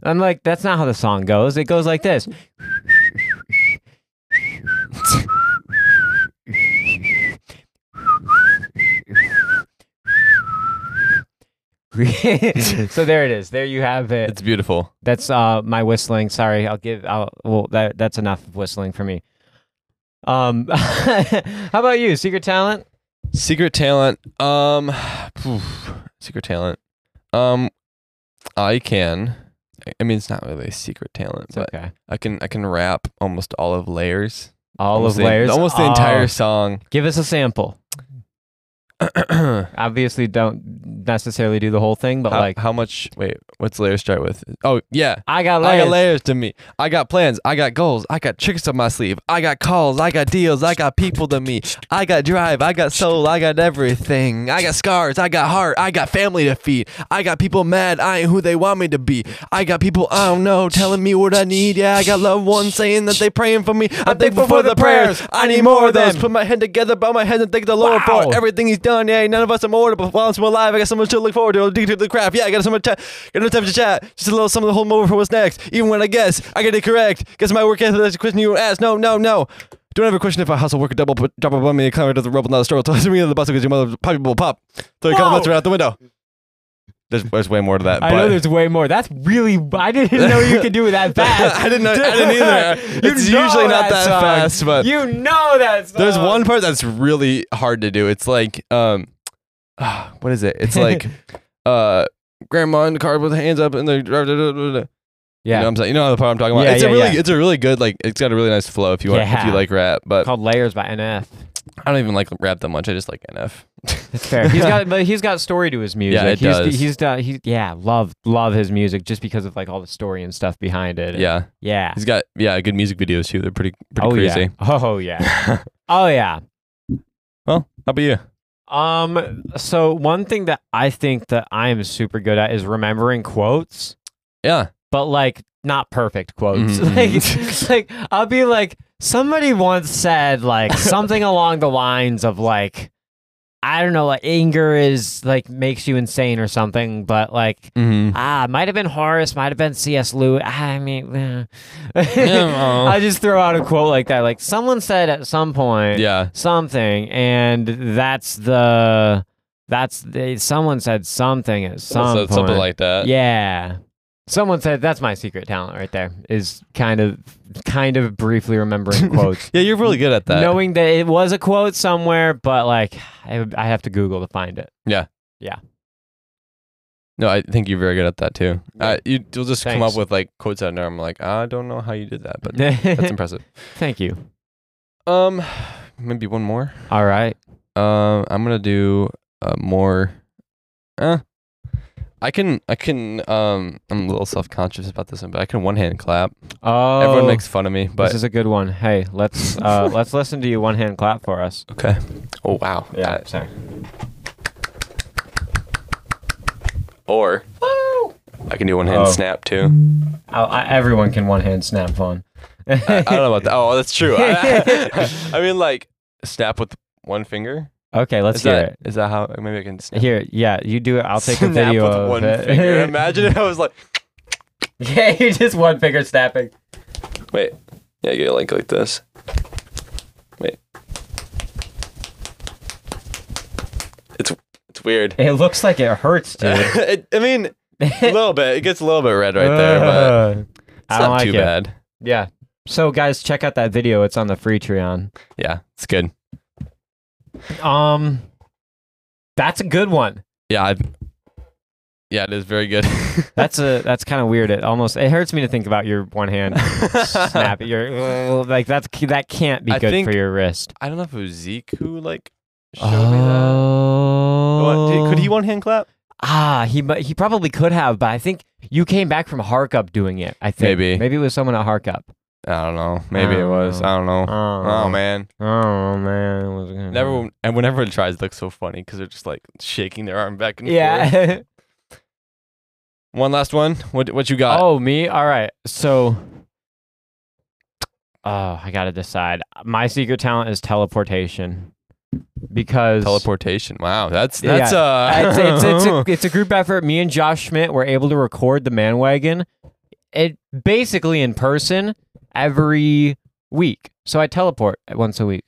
[SPEAKER 2] I'm like, that's not how the song goes. It goes like this. so there it is. There you have it.
[SPEAKER 1] it's beautiful.
[SPEAKER 2] That's uh my whistling. Sorry, I'll give. I'll well that that's enough of whistling for me. Um, how about you? Secret talent?
[SPEAKER 1] Secret talent. Um phew, secret talent. Um I can I mean it's not really a secret talent,
[SPEAKER 2] It's
[SPEAKER 1] but
[SPEAKER 2] okay.
[SPEAKER 1] I can I can rap almost all of layers.
[SPEAKER 2] All of
[SPEAKER 1] Almost the-
[SPEAKER 2] layers.
[SPEAKER 1] Almost the
[SPEAKER 2] Oh,
[SPEAKER 1] entire song.
[SPEAKER 2] Give us a sample. Obviously, don't necessarily do the whole thing, but
[SPEAKER 1] how,
[SPEAKER 2] like
[SPEAKER 1] how much wait what's layers start with oh yeah
[SPEAKER 2] I got
[SPEAKER 1] i
[SPEAKER 2] layers.
[SPEAKER 1] got layers to me i got plans i got goals i got tricks up my sleeve i got calls i got deals i got people to me i got drive i got soul i got everything i got scars i got heart i got family to feed i got people mad i ain't who they want me to be i got people i don't know telling me what i need yeah i got loved ones saying that they praying for me i'm thankful for the prayers i need more of those put my head together bow my head and thank the lord
[SPEAKER 2] Wow.
[SPEAKER 1] for everything he's done yeah none of us are mortal but while i'm still alive i got so much to look forward to addicted to the craft yeah i got so much time got no time to chat just a little something to hold over for what's next even when i guess i get it correct guess my work ethic that's a question you don't ask no no no don't ever question if I hustle, work a double, put, drop a bum, and climb into the rubble, not a stroll. Toss me into the bus because your mother poppy will pop. Throw your couple
[SPEAKER 2] Whoa.
[SPEAKER 1] months right out the window. There's, there's way more to that.
[SPEAKER 2] I
[SPEAKER 1] but
[SPEAKER 2] know there's way more. That's really. I didn't know you could do it that fast.
[SPEAKER 1] I didn't know- I didn't either.
[SPEAKER 2] You
[SPEAKER 1] It's
[SPEAKER 2] know
[SPEAKER 1] usually not that
[SPEAKER 2] song.
[SPEAKER 1] fast, but-
[SPEAKER 2] you know that. Song.
[SPEAKER 1] There's one part that's really hard to do. It's like, um, ah, what is it? It's like, uh, grandma in the car with her hands up and the driver. You
[SPEAKER 2] Yeah.
[SPEAKER 1] know what I'm saying? You know the part I'm talking about.
[SPEAKER 2] Yeah,
[SPEAKER 1] it's a
[SPEAKER 2] yeah,
[SPEAKER 1] really,
[SPEAKER 2] yeah.
[SPEAKER 1] it's a really good like. It's got a really nice flow if you want, if you
[SPEAKER 2] Yeah.
[SPEAKER 1] like rap. But
[SPEAKER 2] called Layers by NF.
[SPEAKER 1] I don't even like rap that much. I just like NF.
[SPEAKER 2] That's fair. He's got, but he's got story to his music.
[SPEAKER 1] Yeah, it
[SPEAKER 2] he's,
[SPEAKER 1] does.
[SPEAKER 2] He's done. He, yeah, love, love his music just because of like all the story and stuff behind it.
[SPEAKER 1] yeah,
[SPEAKER 2] yeah.
[SPEAKER 1] he's got yeah good music videos too. They're pretty pretty
[SPEAKER 2] oh
[SPEAKER 1] crazy.
[SPEAKER 2] yeah. Oh yeah. Oh yeah.
[SPEAKER 1] Well, how about you?
[SPEAKER 2] Um. So one thing that I think that I am super good at is remembering quotes,
[SPEAKER 1] Yeah,
[SPEAKER 2] but like not perfect quotes.
[SPEAKER 1] Mhm.
[SPEAKER 2] Like, like I'll be like, somebody once said like something along the lines of like. I don't know, like anger is like makes you insane or something, but like
[SPEAKER 1] Mm-hmm.
[SPEAKER 2] ah, might have been Horace, might have been C.S. Lewis. I mean, eh. I just throw out a quote like that. Like someone said at some point,
[SPEAKER 1] Yeah.
[SPEAKER 2] something, and that's the that's the, someone said something at some
[SPEAKER 1] So-
[SPEAKER 2] point.
[SPEAKER 1] something like that.
[SPEAKER 2] yeah. Someone said that's my secret talent right there is kind of kind of briefly remembering quotes.
[SPEAKER 1] Yeah, you're really good at that.
[SPEAKER 2] Knowing that it was a quote somewhere, but like I, I have to Google to find it.
[SPEAKER 1] No, I think you're very good at that too. Uh, you, you'll just come
[SPEAKER 2] Thanks.
[SPEAKER 1] up with like quotes out of nowhere. I'm like, I don't know how you did that, but that's
[SPEAKER 2] But
[SPEAKER 1] impressive.
[SPEAKER 2] thank you.
[SPEAKER 1] Um, maybe one more.
[SPEAKER 2] All right.
[SPEAKER 1] Um, I'm gonna do uh, more. Uh, I can, I can. Um, I'm a little self conscious about this one, but I can one hand clap.
[SPEAKER 2] Oh,
[SPEAKER 1] Everyone makes fun of me,
[SPEAKER 2] this
[SPEAKER 1] but
[SPEAKER 2] is a good one. Hey, let's uh, let's listen to you one hand clap for us.
[SPEAKER 1] okay. Oh wow. Uh,
[SPEAKER 2] sorry.
[SPEAKER 1] or I can do one hand
[SPEAKER 2] Oh.
[SPEAKER 1] snap too.
[SPEAKER 2] Oh, I, everyone can one hand snap one.
[SPEAKER 1] I, I don't know about that. Oh, that's true. I, I mean, like snap with one finger.
[SPEAKER 2] Okay, let's
[SPEAKER 1] is
[SPEAKER 2] hear
[SPEAKER 1] that is that how maybe I can
[SPEAKER 2] it.
[SPEAKER 1] snap?
[SPEAKER 2] Here, yeah, you do it. I'll take a
[SPEAKER 1] snap
[SPEAKER 2] video
[SPEAKER 1] with
[SPEAKER 2] of
[SPEAKER 1] one
[SPEAKER 2] it.
[SPEAKER 1] finger. Imagine if I was like,
[SPEAKER 2] yeah, you just one finger snapping.
[SPEAKER 1] wait, yeah, you get a link like this. Wait, it's it's weird.
[SPEAKER 2] It looks like it hurts, dude.
[SPEAKER 1] It- I mean, a little bit. It gets a little bit red right there, but it's not
[SPEAKER 2] I don't like
[SPEAKER 1] too
[SPEAKER 2] it.
[SPEAKER 1] bad.
[SPEAKER 2] Yeah. So guys, check out that video. It's on the free Treon.
[SPEAKER 1] Yeah, it's good.
[SPEAKER 2] Um, that's a good one.
[SPEAKER 1] Yeah, I, yeah, it is very good.
[SPEAKER 2] That's a that's kind of weird. It almost it hurts me to think about your one hand snap. Your like that's that can't be
[SPEAKER 1] I
[SPEAKER 2] good
[SPEAKER 1] think-
[SPEAKER 2] for your wrist.
[SPEAKER 1] I don't know if it was Zeke who like showed me that.
[SPEAKER 2] Oh,
[SPEAKER 1] What- did- could he one hand clap?
[SPEAKER 2] Ah, he mu- he probably could have, but I think you came back from Harkup doing it. I think
[SPEAKER 1] Maybe.
[SPEAKER 2] maybe it was someone at Harkup.
[SPEAKER 1] I don't know. Maybe it
[SPEAKER 2] don't
[SPEAKER 1] was.
[SPEAKER 2] know.
[SPEAKER 1] I don't know.
[SPEAKER 2] Oh,
[SPEAKER 1] Oh man!
[SPEAKER 2] oh man, it was
[SPEAKER 1] Never and whenever it tries, it looks so funny because they're just like shaking their arm back and forth.
[SPEAKER 2] Yeah.
[SPEAKER 1] One last one. What what you got?
[SPEAKER 2] Oh, me? All right. So, oh, I got to decide. My secret talent is teleportation because
[SPEAKER 1] Teleportation. Wow, that's
[SPEAKER 2] Yeah.
[SPEAKER 1] that's uh.
[SPEAKER 2] it's, it's, it's, a, it's a group effort. Me and Josh Schmidt were able to record the Man Wagon it, basically in person every week. So I teleport once a week.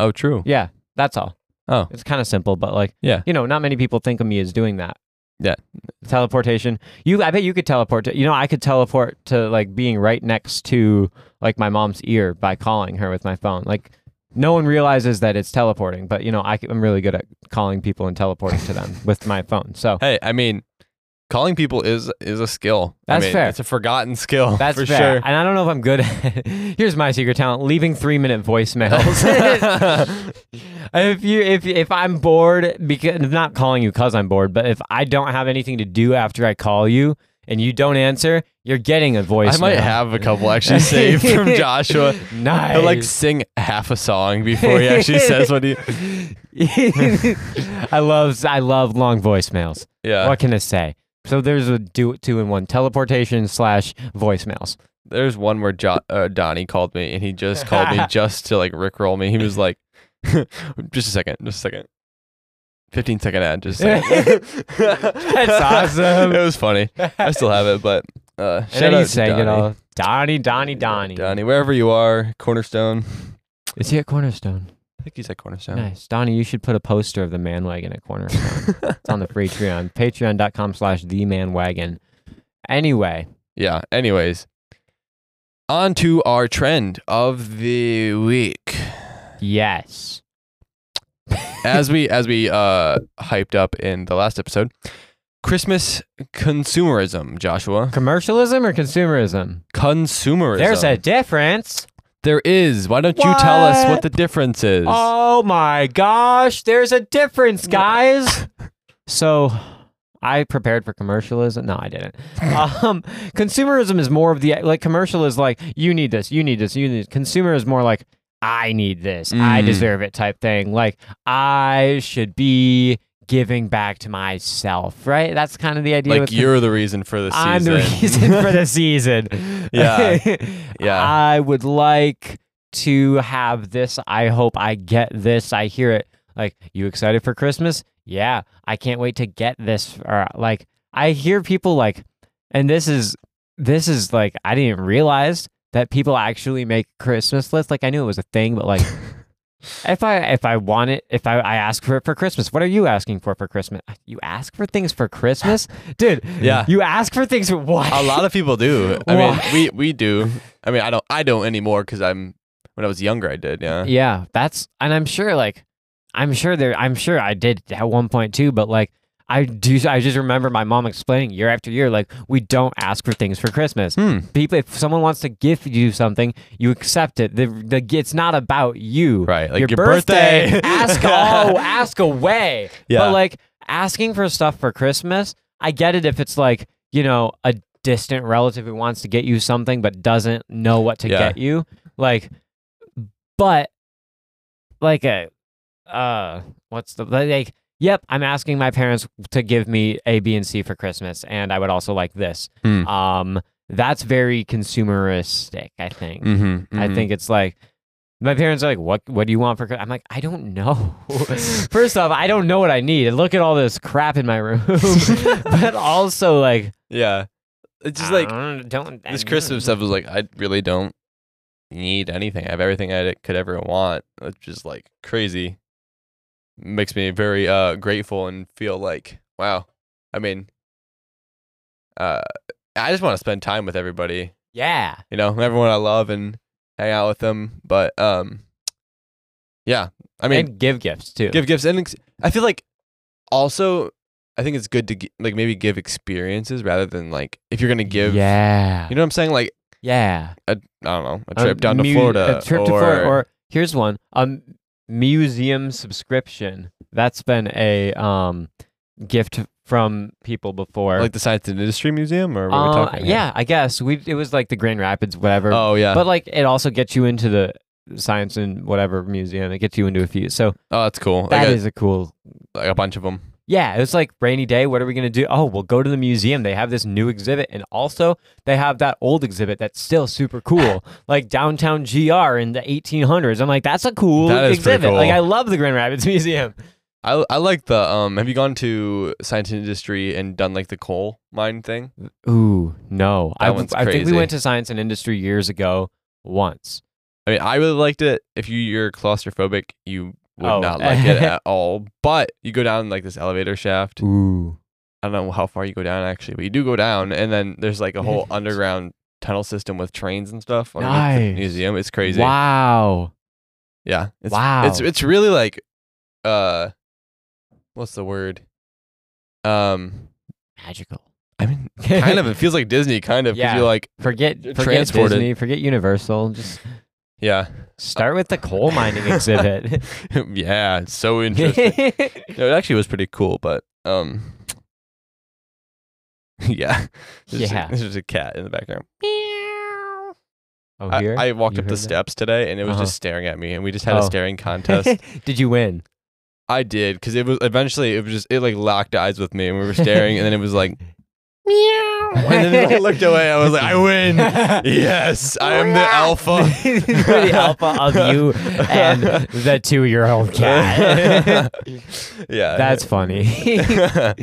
[SPEAKER 1] oh, true.
[SPEAKER 2] Yeah, that's all.
[SPEAKER 1] Oh.
[SPEAKER 2] It's kind of simple, but like,
[SPEAKER 1] Yeah.
[SPEAKER 2] you know, not many people think of me as doing that.
[SPEAKER 1] Yeah.
[SPEAKER 2] Teleportation. You, I bet you could teleport to, you know, I could teleport to like being right next to like my mom's ear by calling her with my phone. Like, no one realizes that it's teleporting, but you know, I, am really good at calling people and teleporting to them with my phone. So
[SPEAKER 1] Hey, I mean, calling people is is a skill. I
[SPEAKER 2] That's
[SPEAKER 1] mean,
[SPEAKER 2] fair.
[SPEAKER 1] It's a forgotten skill.
[SPEAKER 2] that's
[SPEAKER 1] for
[SPEAKER 2] fair.
[SPEAKER 1] sure.
[SPEAKER 2] And I don't know if I'm good at Here's my secret talent leaving three minute voicemails. if you if if I'm bored because not calling you cuz I'm bored, but if I don't have anything to do after I call you and you don't answer, you're getting a voice.
[SPEAKER 1] I might have a couple actually saved from Joshua.
[SPEAKER 2] Nice.
[SPEAKER 1] He'll like sing half a song before he actually says what he.
[SPEAKER 2] I love I love long voicemails.
[SPEAKER 1] Yeah.
[SPEAKER 2] what can I say? So there's a do two in one teleportation slash voicemails.
[SPEAKER 1] There's one where jo- uh, Donnie called me, and he just called me just to like rickroll me. He was like, "Just a second, just a second, fifteen second ad, just." A second.
[SPEAKER 2] That's awesome.
[SPEAKER 1] it was funny. I still have it, but uh, shout
[SPEAKER 2] And then
[SPEAKER 1] out
[SPEAKER 2] he
[SPEAKER 1] to
[SPEAKER 2] sang
[SPEAKER 1] Donnie.
[SPEAKER 2] it all. Donnie, Donnie, Donnie.
[SPEAKER 1] Donnie, wherever you are, Cornerstone.
[SPEAKER 2] Is he at Cornerstone?
[SPEAKER 1] I think he's at Cornerstone.
[SPEAKER 2] Nice. Donnie, you should put a poster of the man wagon at Cornerstone. It's on the free Patreon, patreon.com slash the man wagon. Anyway,
[SPEAKER 1] Yeah. Anyways, on to our trend of the week.
[SPEAKER 2] yes.
[SPEAKER 1] as we as we uh hyped up in the last episode, Christmas consumerism, Joshua.
[SPEAKER 2] Commercialism or consumerism?
[SPEAKER 1] Consumerism.
[SPEAKER 2] There's a difference.
[SPEAKER 1] There is. Why don't you tell us what
[SPEAKER 2] What?
[SPEAKER 1] the difference is?
[SPEAKER 2] Oh my gosh, there's a difference, guys. so I prepared for commercialism. No, I didn't. Um, consumerism is more of the like commercial is like you need this, you need this, you need. This. Consumer is more like I need this, I
[SPEAKER 1] Mm.
[SPEAKER 2] deserve it type thing. Like I should be giving back to myself, right? That's kind of the idea.
[SPEAKER 1] like
[SPEAKER 2] with
[SPEAKER 1] you're the reason for the
[SPEAKER 2] I'm
[SPEAKER 1] season.
[SPEAKER 2] the reason for the season.
[SPEAKER 1] Yeah. Yeah.
[SPEAKER 2] I would like to have this. I hope I get this. I hear it. Like, you excited for Christmas? Yeah, I can't wait to get this. Or like, I hear people like, and this is this is like I didn't realize that people actually make Christmas lists. Like, I knew it was a thing, but like, if I if I want it, if I, I ask for it for Christmas, what are you asking for for Christmas? You ask for things for Christmas, dude.
[SPEAKER 1] Yeah.
[SPEAKER 2] you ask for things for what?
[SPEAKER 1] A lot of people do. I mean,
[SPEAKER 2] Why?
[SPEAKER 1] we we do. I mean, I don't I don't anymore because I'm when I was younger I did. Yeah.
[SPEAKER 2] yeah that's and i'm sure like i'm sure there i'm sure i did at one point too but like i do i just remember my mom explaining year after year like we don't ask for things for christmas
[SPEAKER 1] Hmm.
[SPEAKER 2] people if someone wants to gift you something you accept it the, the it's not about you
[SPEAKER 1] Right, like your birthday.
[SPEAKER 2] ask oh ask away
[SPEAKER 1] Yeah.
[SPEAKER 2] but like asking for stuff for christmas i get it if it's like you know a distant relative who wants to get you something but doesn't know what to
[SPEAKER 1] Yeah.
[SPEAKER 2] get you like but like a uh what's the like yep i'm asking my parents to give me a b and c for christmas and i would also like this
[SPEAKER 1] Hmm.
[SPEAKER 2] um that's very consumeristic i think
[SPEAKER 1] Mm-hmm,
[SPEAKER 2] i think it's like my parents are like what what do you want for Chri-" i'm like i don't know first off i don't know what i need and look at all this crap in my room but also like
[SPEAKER 1] Yeah. It's just like
[SPEAKER 2] I don't, don't
[SPEAKER 1] this Christmas stuff was like I really don't need anything. I have everything I could ever want, which is like crazy. Makes me very uh grateful and feel like wow. I mean, uh, I just want to spend time with everybody.
[SPEAKER 2] yeah
[SPEAKER 1] You know, everyone I love and hang out with them. But um, yeah. I mean,
[SPEAKER 2] and give gifts too
[SPEAKER 1] give gifts and ex- i feel like also i think it's good to gi- like maybe give experiences rather than like if you're gonna give
[SPEAKER 2] yeah
[SPEAKER 1] you know what i'm saying like
[SPEAKER 2] yeah
[SPEAKER 1] i don't know a
[SPEAKER 2] A
[SPEAKER 1] trip down to
[SPEAKER 2] mu-
[SPEAKER 1] florida
[SPEAKER 2] A trip to Florida, or here's one: a m- museum subscription. That's been a um gift from people before.
[SPEAKER 1] like the science and industry museum or what are we
[SPEAKER 2] Uh,
[SPEAKER 1] talking here?
[SPEAKER 2] yeah, I guess we. It was like the Grand Rapids, whatever.
[SPEAKER 1] oh yeah
[SPEAKER 2] But like, it also gets you into the science and whatever museum. It gets you into a few. So
[SPEAKER 1] oh that's cool
[SPEAKER 2] that
[SPEAKER 1] like,
[SPEAKER 2] is
[SPEAKER 1] a,
[SPEAKER 2] a cool.
[SPEAKER 1] like a bunch of them
[SPEAKER 2] Yeah, it was like rainy day. What are we gonna do? Oh, we'll go to the museum. They have this new exhibit, and also they have that old exhibit that's still super cool, like downtown GR in the 1800s. I'm like, that's a cool
[SPEAKER 1] That is pretty
[SPEAKER 2] exhibit. Like,
[SPEAKER 1] cool.
[SPEAKER 2] I love the Grand Rapids Museum.
[SPEAKER 1] I, I like the um have you gone to science and industry and done like the coal mine thing
[SPEAKER 2] Ooh, no,
[SPEAKER 1] That
[SPEAKER 2] I,
[SPEAKER 1] one's
[SPEAKER 2] I think we
[SPEAKER 1] crazy.
[SPEAKER 2] went to Science and Industry years ago once.
[SPEAKER 1] i mean i really liked it if you you're claustrophobic you would
[SPEAKER 2] Oh.
[SPEAKER 1] not like it at all but you go down like this elevator shaft
[SPEAKER 2] Ooh,
[SPEAKER 1] I don't know how far you go down actually, but you do go down, and then there's like a whole underground tunnel system with trains and stuff. underneath the
[SPEAKER 2] Nice.
[SPEAKER 1] museum. It's crazy.
[SPEAKER 2] wow,
[SPEAKER 1] Yeah. It's,
[SPEAKER 2] wow.
[SPEAKER 1] It's it's really like, uh, what's the word? Um,
[SPEAKER 2] magical.
[SPEAKER 1] I mean, kind of. It feels like Disney, kind of, because
[SPEAKER 2] Yeah.
[SPEAKER 1] you're like,
[SPEAKER 2] Forget,
[SPEAKER 1] You're
[SPEAKER 2] forget
[SPEAKER 1] transported.
[SPEAKER 2] Disney, forget Universal. Just
[SPEAKER 1] yeah,
[SPEAKER 2] start with the coal mining exhibit.
[SPEAKER 1] yeah. It's so interesting. no, it actually was pretty cool, but um. Yeah, There's a-
[SPEAKER 2] Yeah.
[SPEAKER 1] there's a cat in the background.
[SPEAKER 2] Oh,
[SPEAKER 1] I,
[SPEAKER 2] here?
[SPEAKER 1] I walked
[SPEAKER 2] You
[SPEAKER 1] up the
[SPEAKER 2] heard that?
[SPEAKER 1] steps today, and it was
[SPEAKER 2] Uh-huh.
[SPEAKER 1] just staring at me, and we just had a
[SPEAKER 2] Oh.
[SPEAKER 1] staring contest.
[SPEAKER 2] Did you win?
[SPEAKER 1] I did because it was eventually it was just it like locked eyes with me and we were staring and then it was like meow and then I looked away I was like I win yes I
[SPEAKER 2] Oh,
[SPEAKER 1] am the alpha
[SPEAKER 2] You're the alpha of you and the two-year-old cat.
[SPEAKER 1] yeah
[SPEAKER 2] That's funny.
[SPEAKER 1] what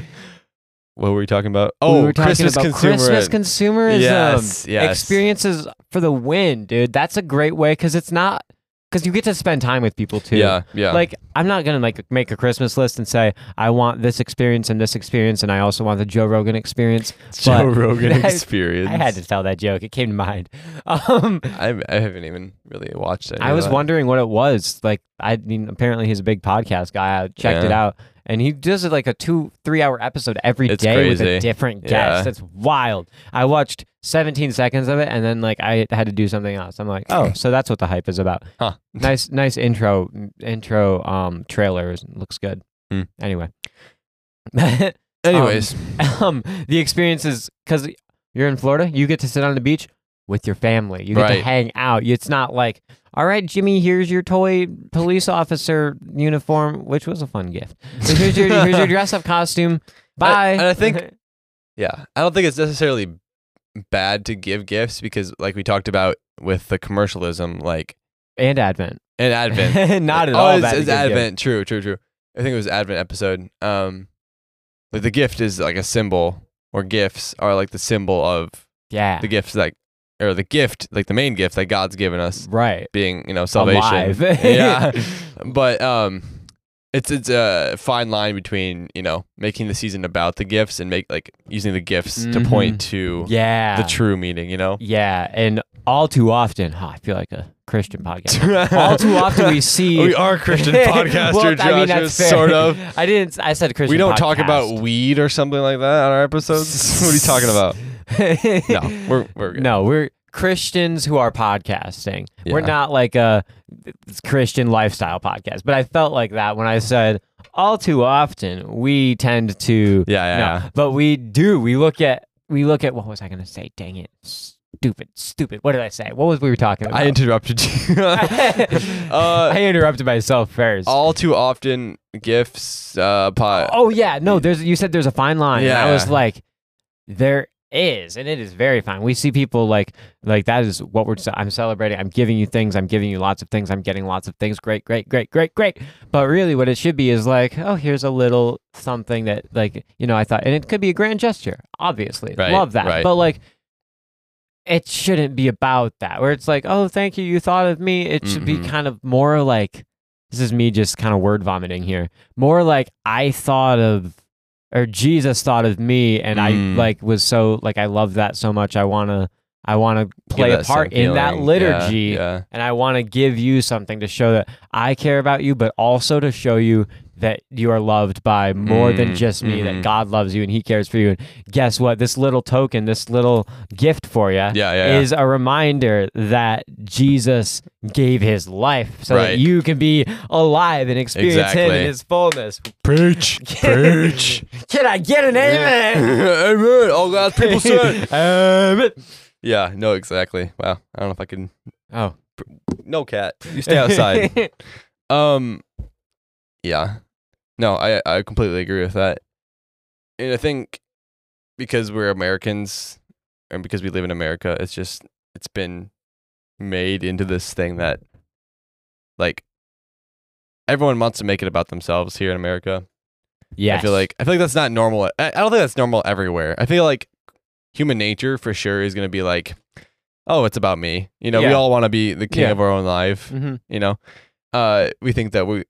[SPEAKER 1] were we talking about oh
[SPEAKER 2] we were talking
[SPEAKER 1] Christmas
[SPEAKER 2] about
[SPEAKER 1] consumer
[SPEAKER 2] Christmas consumerism.
[SPEAKER 1] Yes, yes.
[SPEAKER 2] Experiences for the win, dude. That's a great way because it's not because you get to spend time with people too.
[SPEAKER 1] yeah yeah
[SPEAKER 2] Like I'm not gonna like make a Christmas list and say I want this experience and this experience and I also want the Joe Rogan experience.
[SPEAKER 1] Joe
[SPEAKER 2] but
[SPEAKER 1] Rogan
[SPEAKER 2] I-
[SPEAKER 1] experience
[SPEAKER 2] I had to tell that joke. It came to mind. Um,
[SPEAKER 1] I, I haven't even really watched it
[SPEAKER 2] I was wondering what it was. Like, I mean, apparently he's a big podcast guy. I checked it
[SPEAKER 1] Yeah.
[SPEAKER 2] out, and he does like a two, three-hour episode every day
[SPEAKER 1] It's
[SPEAKER 2] with a
[SPEAKER 1] crazy.
[SPEAKER 2] different guest.
[SPEAKER 1] Yeah.
[SPEAKER 2] That's wild. I watched 17 seconds of it, and then like I had to do something else. I'm like, oh, so that's what the hype is about.
[SPEAKER 1] Huh.
[SPEAKER 2] nice, nice intro, intro, um, trailers looks good.
[SPEAKER 1] Hmm.
[SPEAKER 2] Anyway,
[SPEAKER 1] anyways
[SPEAKER 2] um, the experience is because you're in Florida, you get to sit on the beach with your family. You get to
[SPEAKER 1] Right.
[SPEAKER 2] hang out. It's not like, all right, Jimmy, here's your toy police officer uniform, which was a fun gift. Here's your, here's your dress up costume. Bye.
[SPEAKER 1] and I think- Yeah. I don't think it's necessarily bad to give gifts because like we talked about with the commercialism, like
[SPEAKER 2] and Advent.
[SPEAKER 1] and Advent.
[SPEAKER 2] not at
[SPEAKER 1] oh,
[SPEAKER 2] all.
[SPEAKER 1] it's,
[SPEAKER 2] bad to
[SPEAKER 1] it's
[SPEAKER 2] give gifts.
[SPEAKER 1] Advent. True, true, true. I think it was Advent episode. Um, like the gift is like a symbol, or gifts are like the symbol of
[SPEAKER 2] Yeah.
[SPEAKER 1] the gifts like, or the gift like the main gift that God's given us,
[SPEAKER 2] right.
[SPEAKER 1] being you know salvation.
[SPEAKER 2] Alive.
[SPEAKER 1] yeah, but um, it's it's a fine line between you know making the season about the gifts and make like using the gifts to point to
[SPEAKER 2] Mm-hmm. Yeah.
[SPEAKER 1] the true meaning. You know.
[SPEAKER 2] Yeah, and all too often, huh, I feel like a Christian podcast. all too often we see
[SPEAKER 1] We are Christian podcaster,
[SPEAKER 2] Well, I
[SPEAKER 1] Josh,
[SPEAKER 2] mean, that's fair.
[SPEAKER 1] sort of.
[SPEAKER 2] I didn't. I said Christian.
[SPEAKER 1] We don't talk about
[SPEAKER 2] podcast.
[SPEAKER 1] weed or something like that on our episodes. what are you talking about? No, we're we're good.
[SPEAKER 2] no, we're Christians who are podcasting. We're
[SPEAKER 1] Yeah.
[SPEAKER 2] not like a Christian lifestyle podcast. But I felt like that when I said all too often we tend to
[SPEAKER 1] Yeah, yeah,
[SPEAKER 2] No,
[SPEAKER 1] yeah.
[SPEAKER 2] but we do. We look at we look at what was I going to say? Dang it. Stupid, stupid. What did I say? What was we were talking about?
[SPEAKER 1] I interrupted you. uh,
[SPEAKER 2] I interrupted myself first.
[SPEAKER 1] all too often, gifts. Uh, pot.
[SPEAKER 2] oh yeah, no. There's you said there's a fine line. and I was
[SPEAKER 1] Yeah.
[SPEAKER 2] like, there is, and it is very fine. We see people like like that is what we're. ce- I'm celebrating. I'm giving you things. I'm giving you lots of things. I'm getting lots of things. Great, great, great, great, great. But really, what it should be is like, oh, here's a little something that like you know I thought, and it could be a grand gesture. Obviously,
[SPEAKER 1] Right,
[SPEAKER 2] love that.
[SPEAKER 1] right.
[SPEAKER 2] But like. It shouldn't be about that, where it's like, oh, thank you, you thought of me. It should
[SPEAKER 1] Mhm.
[SPEAKER 2] be kind of more like, this is me just kind of word vomiting here more like I thought of or Jesus thought of me and
[SPEAKER 1] Mm.
[SPEAKER 2] I like was so like I love that so much I want to I want to
[SPEAKER 1] Give
[SPEAKER 2] play a
[SPEAKER 1] that same
[SPEAKER 2] part in that
[SPEAKER 1] feeling.
[SPEAKER 2] liturgy
[SPEAKER 1] Yeah,
[SPEAKER 2] and I want to give you something to show that I care about you but also to show you that you are loved by more than
[SPEAKER 1] Mm,
[SPEAKER 2] just me
[SPEAKER 1] mhm.
[SPEAKER 2] that God loves you and he cares for you and guess what this little token this little gift for you
[SPEAKER 1] yeah, yeah. yeah, yeah.
[SPEAKER 2] is a reminder that Jesus gave his life so
[SPEAKER 1] Right.
[SPEAKER 2] that you can be alive and experience him
[SPEAKER 1] Exactly.
[SPEAKER 2] in his fullness.
[SPEAKER 1] Preach, preach.
[SPEAKER 2] Can I get an amen?
[SPEAKER 1] Amen. All God's people said.
[SPEAKER 2] Amen.
[SPEAKER 1] Yeah, no, exactly. Wow, I don't know if I can.
[SPEAKER 2] Oh.
[SPEAKER 1] No, cat. You stay outside. Um, yeah, no, I I completely agree with that, and I think because we're Americans and because we live in America, it's just it's been made into this thing that like everyone wants to make it about themselves here in America.
[SPEAKER 2] yes.
[SPEAKER 1] I feel like I feel like that's not normal. I, I don't think that's normal everywhere. I feel like human nature for sure is gonna be like, oh, it's about me. You know, we
[SPEAKER 2] Yeah.
[SPEAKER 1] all want to be the king
[SPEAKER 2] Yeah.
[SPEAKER 1] of our own life
[SPEAKER 2] Mhm.
[SPEAKER 1] you know uh we think that we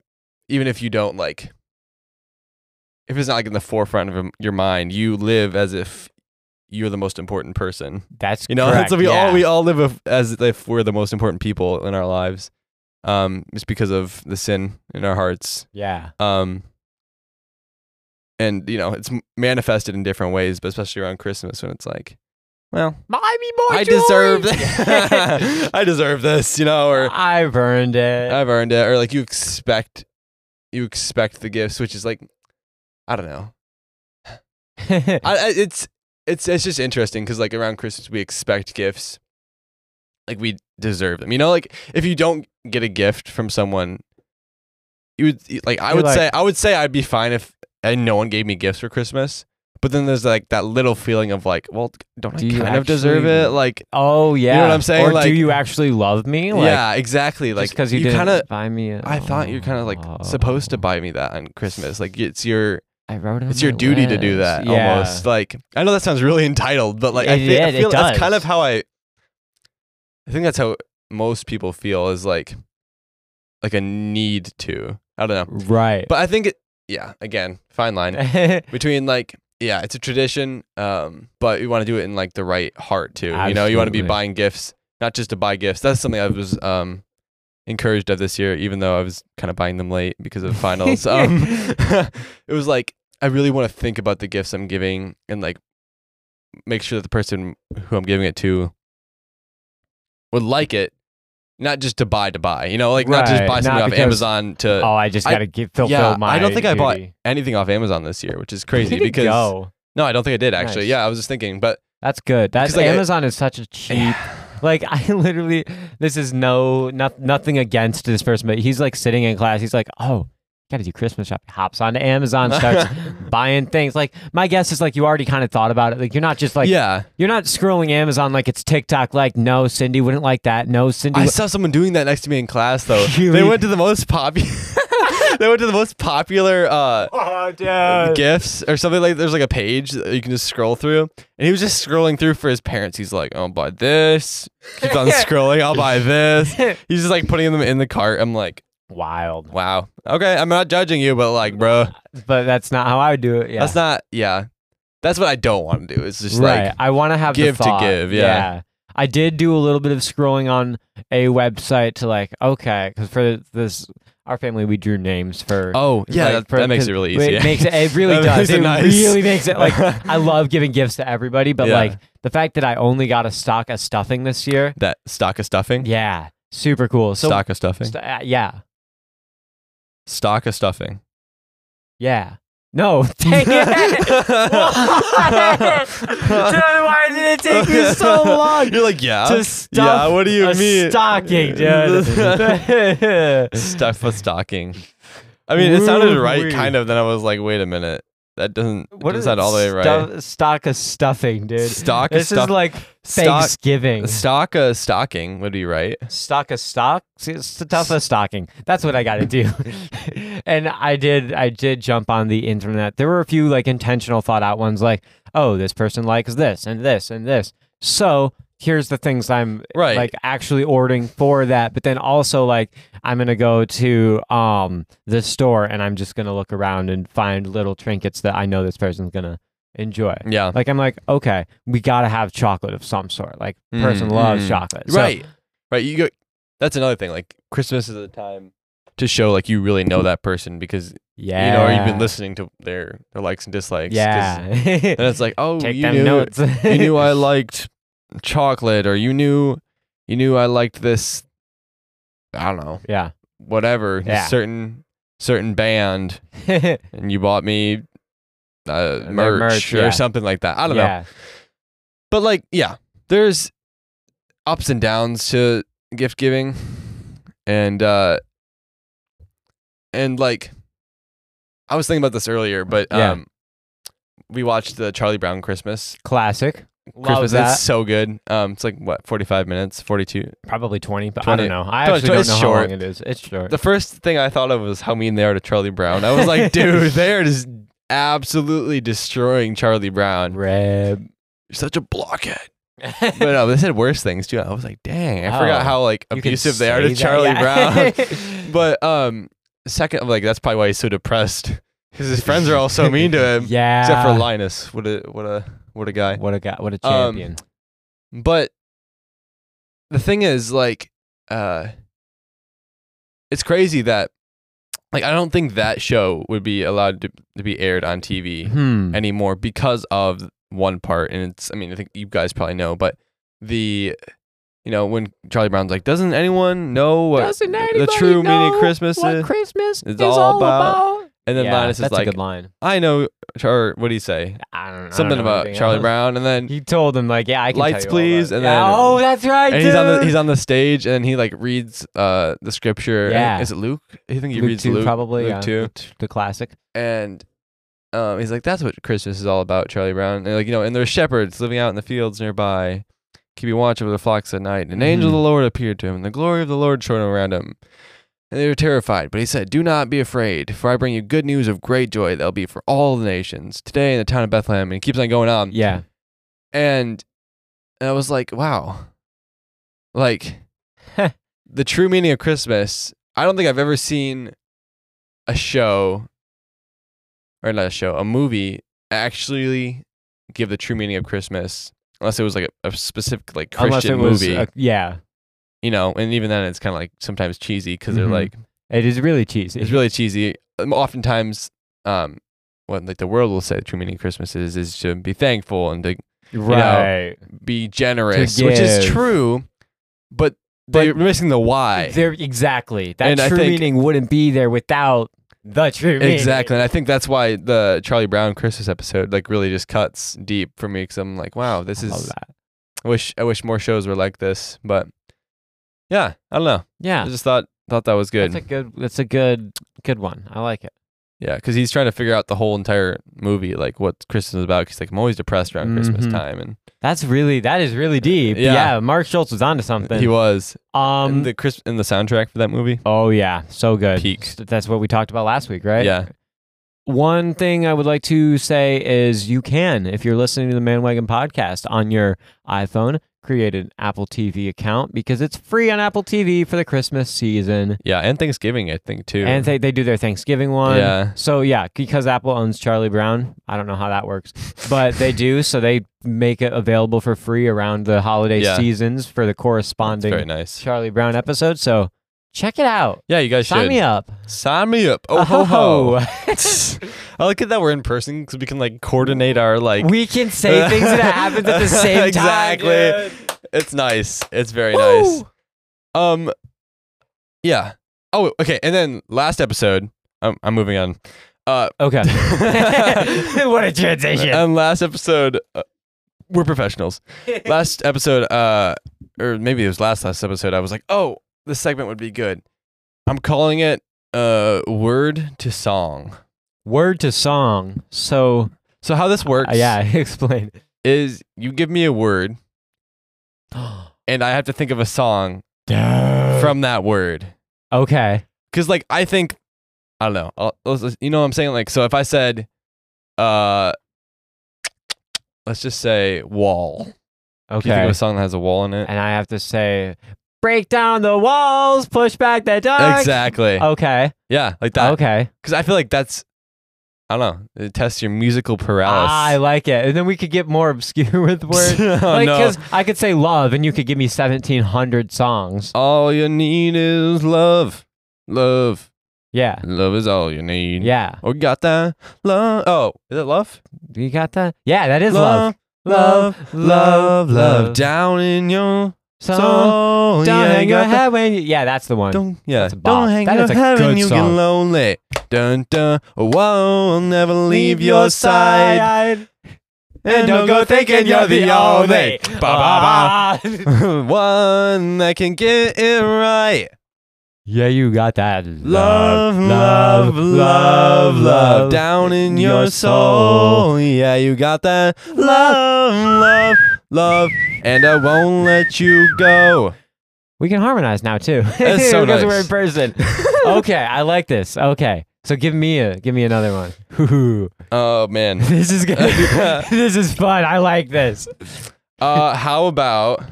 [SPEAKER 1] even if you don't like if it's not like in the forefront of your mind you live as if you're the most important person
[SPEAKER 2] that's
[SPEAKER 1] you know
[SPEAKER 2] correct,
[SPEAKER 1] so we
[SPEAKER 2] yeah.
[SPEAKER 1] all we all live if- as if we're the most important people in our lives um just because of the sin in our hearts
[SPEAKER 2] yeah.
[SPEAKER 1] um and you know it's m- manifested in different ways but especially around christmas when it's like well
[SPEAKER 2] Miami boy
[SPEAKER 1] i deserve
[SPEAKER 2] joy.
[SPEAKER 1] this i deserve this you know or
[SPEAKER 2] I've earned it.
[SPEAKER 1] I've earned it, or like you expect, you expect the gifts, which is like, I don't know. I, I it's it's it's just interesting because like around Christmas we expect gifts, like we deserve them. You know, like if you don't get a gift from someone, you would you- like I
[SPEAKER 2] You're
[SPEAKER 1] would
[SPEAKER 2] like-
[SPEAKER 1] say I would say I'd be fine if and no one gave me gifts for Christmas. But then there's like that little feeling of like, well, don't
[SPEAKER 2] Do
[SPEAKER 1] I
[SPEAKER 2] you
[SPEAKER 1] kind of deserve
[SPEAKER 2] actually-
[SPEAKER 1] it? Like,
[SPEAKER 2] oh yeah.
[SPEAKER 1] know what I'm saying?
[SPEAKER 2] Or do
[SPEAKER 1] Like-
[SPEAKER 2] you actually love me? Like,
[SPEAKER 1] yeah, exactly. Like
[SPEAKER 2] because you, didn't
[SPEAKER 1] kind of.
[SPEAKER 2] buy me. A,
[SPEAKER 1] I thought you're kind of like supposed to
[SPEAKER 2] Oh.
[SPEAKER 1] buy me that on Christmas. Like it's your
[SPEAKER 2] I wrote it. on
[SPEAKER 1] it's your
[SPEAKER 2] my
[SPEAKER 1] duty to do that
[SPEAKER 2] list. Yeah.
[SPEAKER 1] almost like i know that sounds really entitled but like i,
[SPEAKER 2] It-
[SPEAKER 1] thi- I
[SPEAKER 2] it- it
[SPEAKER 1] feel that's kind
[SPEAKER 2] does.
[SPEAKER 1] of how i i think that's how most people feel is like like a need to i don't know
[SPEAKER 2] Right.
[SPEAKER 1] but i think it yeah again fine line between like yeah it's a tradition um but you want to do it in like the right heart too you know you want to be
[SPEAKER 2] Absolutely.
[SPEAKER 1] buying gifts not just to buy gifts that's something i was um encouraged of this year even though i was kind of buying them late because of finals um it was like I really want to think about the gifts I'm giving and like make sure that the person who I'm giving it to would like it, not just to buy to buy. You know, like not just
[SPEAKER 2] Right,
[SPEAKER 1] buy
[SPEAKER 2] not
[SPEAKER 1] something off
[SPEAKER 2] because-
[SPEAKER 1] Amazon to
[SPEAKER 2] oh, I just
[SPEAKER 1] I-
[SPEAKER 2] gotta give, fulfill
[SPEAKER 1] yeah.
[SPEAKER 2] my.
[SPEAKER 1] I don't think I bought
[SPEAKER 2] duty.
[SPEAKER 1] anything off Amazon this year, which is
[SPEAKER 2] Way
[SPEAKER 1] crazy
[SPEAKER 2] to
[SPEAKER 1] because
[SPEAKER 2] go.
[SPEAKER 1] no, I don't think I did actually.
[SPEAKER 2] Nice.
[SPEAKER 1] Yeah, I was just thinking, but
[SPEAKER 2] that's good. That's
[SPEAKER 1] Because, like, I-
[SPEAKER 2] Amazon is such a cheap. Like I literally, this is no, not, nothing against this person, but he's like sitting in class. He's like, oh. Gotta do Christmas shopping. Hops onto Amazon, starts buying things. Like my guess is like you already kind of thought about it. Like you're not just like
[SPEAKER 1] yeah,
[SPEAKER 2] you're not scrolling Amazon like it's TikTok. Like no, Cindy wouldn't like that. No, Cindy.
[SPEAKER 1] I
[SPEAKER 2] wou-
[SPEAKER 1] saw someone doing that next to me in class though.
[SPEAKER 2] Really?
[SPEAKER 1] They went to the most popular. they went to the most popular uh,
[SPEAKER 2] Oh, dude.
[SPEAKER 1] gifts or something like there's like a page that you can just scroll through and he was just scrolling through for his parents he's like i'll buy this keep on scrolling i'll buy this he's just like putting them in the cart i'm like
[SPEAKER 2] Wild.
[SPEAKER 1] wow okay i'm not judging you but like bro
[SPEAKER 2] But that's not how I would do it. Yeah.
[SPEAKER 1] that's not yeah that's what i don't want to do it's just
[SPEAKER 2] right.
[SPEAKER 1] like
[SPEAKER 2] I want to have the
[SPEAKER 1] give to
[SPEAKER 2] thought.
[SPEAKER 1] give, yeah.
[SPEAKER 2] I did do a little bit of scrolling on a website to like, okay, because for this, our family, we drew names for.
[SPEAKER 1] oh yeah
[SPEAKER 2] like,
[SPEAKER 1] that,
[SPEAKER 2] for-
[SPEAKER 1] that makes
[SPEAKER 2] 'cause
[SPEAKER 1] it really easy
[SPEAKER 2] It
[SPEAKER 1] yeah.
[SPEAKER 2] makes it. It really
[SPEAKER 1] That
[SPEAKER 2] does.
[SPEAKER 1] makes
[SPEAKER 2] It
[SPEAKER 1] it nice.
[SPEAKER 2] really makes it. Like I love giving gifts to everybody, but
[SPEAKER 1] Yeah.
[SPEAKER 2] like the fact that I only got a stock of stuffing this year,
[SPEAKER 1] that stock of stuffing
[SPEAKER 2] yeah, super cool. So
[SPEAKER 1] stock of stuffing
[SPEAKER 2] st- uh, yeah,
[SPEAKER 1] stock of stuffing
[SPEAKER 2] yeah. No, dang it. Why? Dude, why did it take you so long?
[SPEAKER 1] you're like yeah
[SPEAKER 2] to stuff
[SPEAKER 1] yeah what do you
[SPEAKER 2] a
[SPEAKER 1] mean
[SPEAKER 2] stocking, dude.
[SPEAKER 1] stuff with stocking. I mean, it sounded right, kind of. Then I was like, wait a minute, that doesn't. What is that all the way right?
[SPEAKER 2] Stuff, stock of stuffing, dude.
[SPEAKER 1] Stock of
[SPEAKER 2] This is
[SPEAKER 1] stuff-
[SPEAKER 2] like
[SPEAKER 1] stock-
[SPEAKER 2] Thanksgiving.
[SPEAKER 1] Stock uh, stocking would be right.
[SPEAKER 2] stock of stock, s- stuff of stocking. That's what I got to do. and I did. I did jump on the internet. There were a few like intentional thought out ones, like, oh, this person likes this and this and this. So here's the things I'm
[SPEAKER 1] Right.
[SPEAKER 2] like actually ordering for that. But then also like I'm gonna go to um the store and I'm just gonna look around and find little trinkets that I know this person's gonna enjoy.
[SPEAKER 1] Yeah.
[SPEAKER 2] Like I'm like, okay, we gotta have chocolate of some sort. Like
[SPEAKER 1] Mm,
[SPEAKER 2] person loves
[SPEAKER 1] mm.
[SPEAKER 2] chocolate. So-
[SPEAKER 1] right. Right. You go. That's another thing. Like Christmas is a time to show like you really know that person because
[SPEAKER 2] Yeah.
[SPEAKER 1] you know or you've been listening to their their likes and dislikes. 'cause
[SPEAKER 2] Yeah.
[SPEAKER 1] Then it's like, oh,
[SPEAKER 2] Take
[SPEAKER 1] you
[SPEAKER 2] them
[SPEAKER 1] knew
[SPEAKER 2] notes.
[SPEAKER 1] you knew I liked chocolate, or you knew you knew I liked this. I don't know.
[SPEAKER 2] yeah.
[SPEAKER 1] whatever
[SPEAKER 2] Yeah.
[SPEAKER 1] this certain certain band and you bought me uh,
[SPEAKER 2] Their
[SPEAKER 1] merch,
[SPEAKER 2] merch,
[SPEAKER 1] or
[SPEAKER 2] yeah.
[SPEAKER 1] something like that. I don't know.
[SPEAKER 2] yeah.
[SPEAKER 1] But like yeah, there's ups and downs to gift giving and uh and like I was thinking about this earlier, but
[SPEAKER 2] Yeah.
[SPEAKER 1] um we watched the Charlie Brown Christmas.
[SPEAKER 2] Classic. Love
[SPEAKER 1] Christmas
[SPEAKER 2] that.
[SPEAKER 1] it's so good. Um it's like what, 45 minutes, 42.
[SPEAKER 2] Probably 20, but I
[SPEAKER 1] 20.
[SPEAKER 2] don't know. I
[SPEAKER 1] 20,
[SPEAKER 2] actually don't
[SPEAKER 1] it's
[SPEAKER 2] know how
[SPEAKER 1] short.
[SPEAKER 2] long it is. It's short.
[SPEAKER 1] The first thing I thought of was how mean they are to Charlie Brown. I was like, dude, they are just absolutely destroying Charlie Brown.
[SPEAKER 2] Rib.
[SPEAKER 1] You're such a blockhead. But no, they said worse things too. I was like, dang, I forgot
[SPEAKER 2] Oh,
[SPEAKER 1] how like
[SPEAKER 2] You can
[SPEAKER 1] abusive they are to
[SPEAKER 2] say that,
[SPEAKER 1] Charlie
[SPEAKER 2] yeah.
[SPEAKER 1] Brown. but um, second, like that's probably why he's so depressed because his friends are all so mean to him,
[SPEAKER 2] yeah.
[SPEAKER 1] except for Linus. What a what a what a guy.
[SPEAKER 2] What a guy. What a
[SPEAKER 1] Um,
[SPEAKER 2] champion.
[SPEAKER 1] But the thing is, like, uh, it's crazy that, like, I don't think that show would be allowed to, to be aired on TV
[SPEAKER 2] hmm.
[SPEAKER 1] anymore because of one part. And it's, I mean, I think you guys probably know, but the, you know, when Charlie Brown's like, doesn't anyone know what the true meaning of Christmas is?
[SPEAKER 2] Christmas
[SPEAKER 1] is all all about? and then
[SPEAKER 2] yeah,
[SPEAKER 1] Linus is
[SPEAKER 2] that's a
[SPEAKER 1] like,
[SPEAKER 2] good line.
[SPEAKER 1] I know, or what do you say?
[SPEAKER 2] I don't know.
[SPEAKER 1] Something about Charlie Brown. And then
[SPEAKER 2] He told him like, yeah, I can tell
[SPEAKER 1] Lights,
[SPEAKER 2] you all
[SPEAKER 1] please,
[SPEAKER 2] about it.
[SPEAKER 1] and
[SPEAKER 2] Yeah.
[SPEAKER 1] then-
[SPEAKER 2] oh, that's
[SPEAKER 1] and
[SPEAKER 2] right, dude.
[SPEAKER 1] he's on the he's on the stage and he like reads uh the scripture. I think-
[SPEAKER 2] Yeah.
[SPEAKER 1] is it Luke? I think he
[SPEAKER 2] Luke
[SPEAKER 1] reads
[SPEAKER 2] two,
[SPEAKER 1] Luke
[SPEAKER 2] probably,
[SPEAKER 1] Luke
[SPEAKER 2] yeah.
[SPEAKER 1] two,
[SPEAKER 2] the classic.
[SPEAKER 1] and um he's like that's what Christmas is all about, Charlie Brown. And like you know, and there's shepherds living out in the fields nearby, keeping watch over the flocks at night. And an angel of
[SPEAKER 2] Mm.
[SPEAKER 1] the Lord appeared to him, and the glory of the Lord shone around him. And they were terrified, but he said, Do not be afraid, for I bring you good news of great joy that'll be for all the nations. Today in the town of Bethlehem, and he keeps on going on
[SPEAKER 2] Yeah.
[SPEAKER 1] and and I was like, wow, like the true meaning of Christmas. I don't think I've ever seen a show or not a show, a movie actually give the true meaning of Christmas, unless it was like a, a specific like
[SPEAKER 2] Unless it
[SPEAKER 1] Christian
[SPEAKER 2] was
[SPEAKER 1] movie,
[SPEAKER 2] a- yeah.
[SPEAKER 1] you know. And even then, it's kind of like sometimes cheesy because
[SPEAKER 2] Mhm.
[SPEAKER 1] they're like
[SPEAKER 2] It is really cheesy.
[SPEAKER 1] it's really cheesy. Um, Oftentimes, um, what like the world will say the true meaning of Christmas is is to be thankful and to
[SPEAKER 2] right.
[SPEAKER 1] be generous, which is
[SPEAKER 2] give.
[SPEAKER 1] true, but they're missing the why.
[SPEAKER 2] There exactly. That
[SPEAKER 1] And I
[SPEAKER 2] true
[SPEAKER 1] think-
[SPEAKER 2] meaning wouldn't be there without the true meaning.
[SPEAKER 1] Exactly, and I think that's why the Charlie Brown Christmas episode like really just cuts deep for me because I'm like, wow, this
[SPEAKER 2] I love
[SPEAKER 1] is.
[SPEAKER 2] that.
[SPEAKER 1] I wish I wish more shows were like this, but yeah, I don't know.
[SPEAKER 2] Yeah.
[SPEAKER 1] I just thought thought that was good.
[SPEAKER 2] That's a good that's a good good one. I like it.
[SPEAKER 1] yeah, because he's trying to figure out the whole entire movie, like what Christmas is about. Because like I'm always depressed around Christmas
[SPEAKER 2] Mhm.
[SPEAKER 1] time, and
[SPEAKER 2] That's really that is really deep.
[SPEAKER 1] Uh, Yeah.
[SPEAKER 2] Yeah, Mark Schultz was onto something.
[SPEAKER 1] he was
[SPEAKER 2] um.
[SPEAKER 1] in the Chris in the soundtrack for that movie.
[SPEAKER 2] oh yeah, so good.
[SPEAKER 1] Peak.
[SPEAKER 2] S- That's what we talked about last week, right?
[SPEAKER 1] Yeah.
[SPEAKER 2] One thing I would like to say is you can, if you're listening to the Man Wagon podcast on your iPhone, create an Apple TV account because it's free on Apple TV for the Christmas season.
[SPEAKER 1] Yeah, and Thanksgiving, I think too.
[SPEAKER 2] And they, they do their Thanksgiving one.
[SPEAKER 1] Yeah.
[SPEAKER 2] So yeah, because Apple owns Charlie Brown, I don't know how that works, but they do. So they make it available for free around the holiday
[SPEAKER 1] Yeah.
[SPEAKER 2] seasons for the
[SPEAKER 1] it's
[SPEAKER 2] corresponding
[SPEAKER 1] very nice.
[SPEAKER 2] Charlie Brown episode. So check it out.
[SPEAKER 1] Yeah, you guys
[SPEAKER 2] Sign
[SPEAKER 1] should
[SPEAKER 2] me up.
[SPEAKER 1] Sign me up. Oh ho ho. I like it that we're in person because we can like coordinate our like.
[SPEAKER 2] we can say things that happens at the same
[SPEAKER 1] exactly.
[SPEAKER 2] time.
[SPEAKER 1] It's nice. It's very nice.
[SPEAKER 2] Woo!
[SPEAKER 1] Um, yeah. Oh, okay. And then last episode, I'm I'm moving on. Uh,
[SPEAKER 2] Okay. what a transition.
[SPEAKER 1] and last episode, uh, we're professionals. last episode, uh, or maybe it was last last episode. I was like, oh, this segment would be good. I'm calling it uh word to song.
[SPEAKER 2] Word to song. So
[SPEAKER 1] So how this works,
[SPEAKER 2] uh, yeah, explain.
[SPEAKER 1] is you give me a word, and I have to think of a song from that word.
[SPEAKER 2] okay.
[SPEAKER 1] because like I think I don't know. I'll, let's- let's- you know what I'm saying? Like, so if I said, uh, let's just say wall. Can you think
[SPEAKER 2] Okay. Uh,
[SPEAKER 1] of a song that has a wall in it?
[SPEAKER 2] and I have to say, break down the walls, push back the dark.
[SPEAKER 1] Exactly.
[SPEAKER 2] Okay.
[SPEAKER 1] yeah, like that.
[SPEAKER 2] uh, okay.
[SPEAKER 1] Because I feel like that's I don't know. It tests your musical paralysis.
[SPEAKER 2] Ah, I like it. And then we could get more obscure with words.
[SPEAKER 1] oh,
[SPEAKER 2] like,
[SPEAKER 1] no.
[SPEAKER 2] because I could say love, and you could give me 1,700 songs.
[SPEAKER 1] All you need is love, love,
[SPEAKER 2] Yeah.
[SPEAKER 1] love is all you need.
[SPEAKER 2] Yeah.
[SPEAKER 1] Oh, you got that love? Oh, is it love?
[SPEAKER 2] You got that? Yeah, that is love.
[SPEAKER 1] love, love, love. Down in your
[SPEAKER 2] So,
[SPEAKER 1] soul.
[SPEAKER 2] don't
[SPEAKER 1] Oh, Yeah,
[SPEAKER 2] hang
[SPEAKER 1] you
[SPEAKER 2] your
[SPEAKER 1] got that
[SPEAKER 2] head when you. Yeah, that's the one.
[SPEAKER 1] Don't yeah.
[SPEAKER 2] That's a
[SPEAKER 1] don't
[SPEAKER 2] bop.
[SPEAKER 1] hang
[SPEAKER 2] That
[SPEAKER 1] your
[SPEAKER 2] is a
[SPEAKER 1] head when
[SPEAKER 2] good
[SPEAKER 1] you get
[SPEAKER 2] song.
[SPEAKER 1] lonely. Dun dun. Whoa, I'll never leave your side. And don't go thinking you're the only Ah. ba ba
[SPEAKER 2] ba.
[SPEAKER 1] ba one that can get it right.
[SPEAKER 2] Yeah, you got that.
[SPEAKER 1] Love, love, love, love down in your
[SPEAKER 2] your soul.
[SPEAKER 1] soul. Yeah, you got that. Love, love, love, and I won't let you go.
[SPEAKER 2] We can harmonize now too.
[SPEAKER 1] That's so
[SPEAKER 2] because we're in
[SPEAKER 1] nice.
[SPEAKER 2] person. okay, I like this. Okay, so give me a give me another one. Hoo-hoo.
[SPEAKER 1] Oh man.
[SPEAKER 2] this is gonna be, this is fun. I like this.
[SPEAKER 1] Uh, how about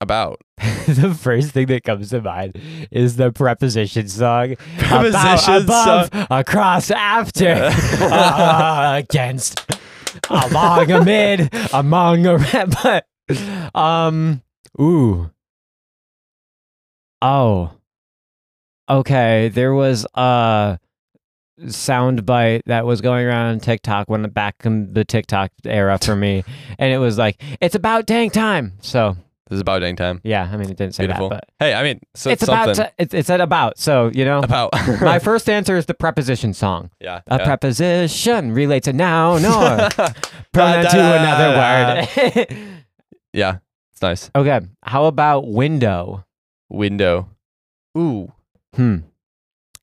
[SPEAKER 1] about
[SPEAKER 2] the first thing that comes to mind is the preposition song.
[SPEAKER 1] Preposition
[SPEAKER 2] About, above, across, after, uh, against, along, amid, among, around. But, um, ooh, oh, okay. There was a sound bite that was going around on TikTok when back in the TikTok era for me, and it was like, "It's about dang time." So.
[SPEAKER 1] this is about dang time.
[SPEAKER 2] Yeah, I mean, it didn't say
[SPEAKER 1] Beautiful.
[SPEAKER 2] that,
[SPEAKER 1] Hey, I mean, so
[SPEAKER 2] but it's
[SPEAKER 1] something
[SPEAKER 2] about. To, it's it's at about. So you know,
[SPEAKER 1] about
[SPEAKER 2] my first answer is the preposition song.
[SPEAKER 1] yeah,
[SPEAKER 2] A
[SPEAKER 1] yeah.
[SPEAKER 2] preposition relates a noun or
[SPEAKER 1] Da,
[SPEAKER 2] pronoun
[SPEAKER 1] da,
[SPEAKER 2] to
[SPEAKER 1] da,
[SPEAKER 2] another word.
[SPEAKER 1] yeah, it's nice.
[SPEAKER 2] okay, how about window?
[SPEAKER 1] Window. Ooh,
[SPEAKER 2] Hmm,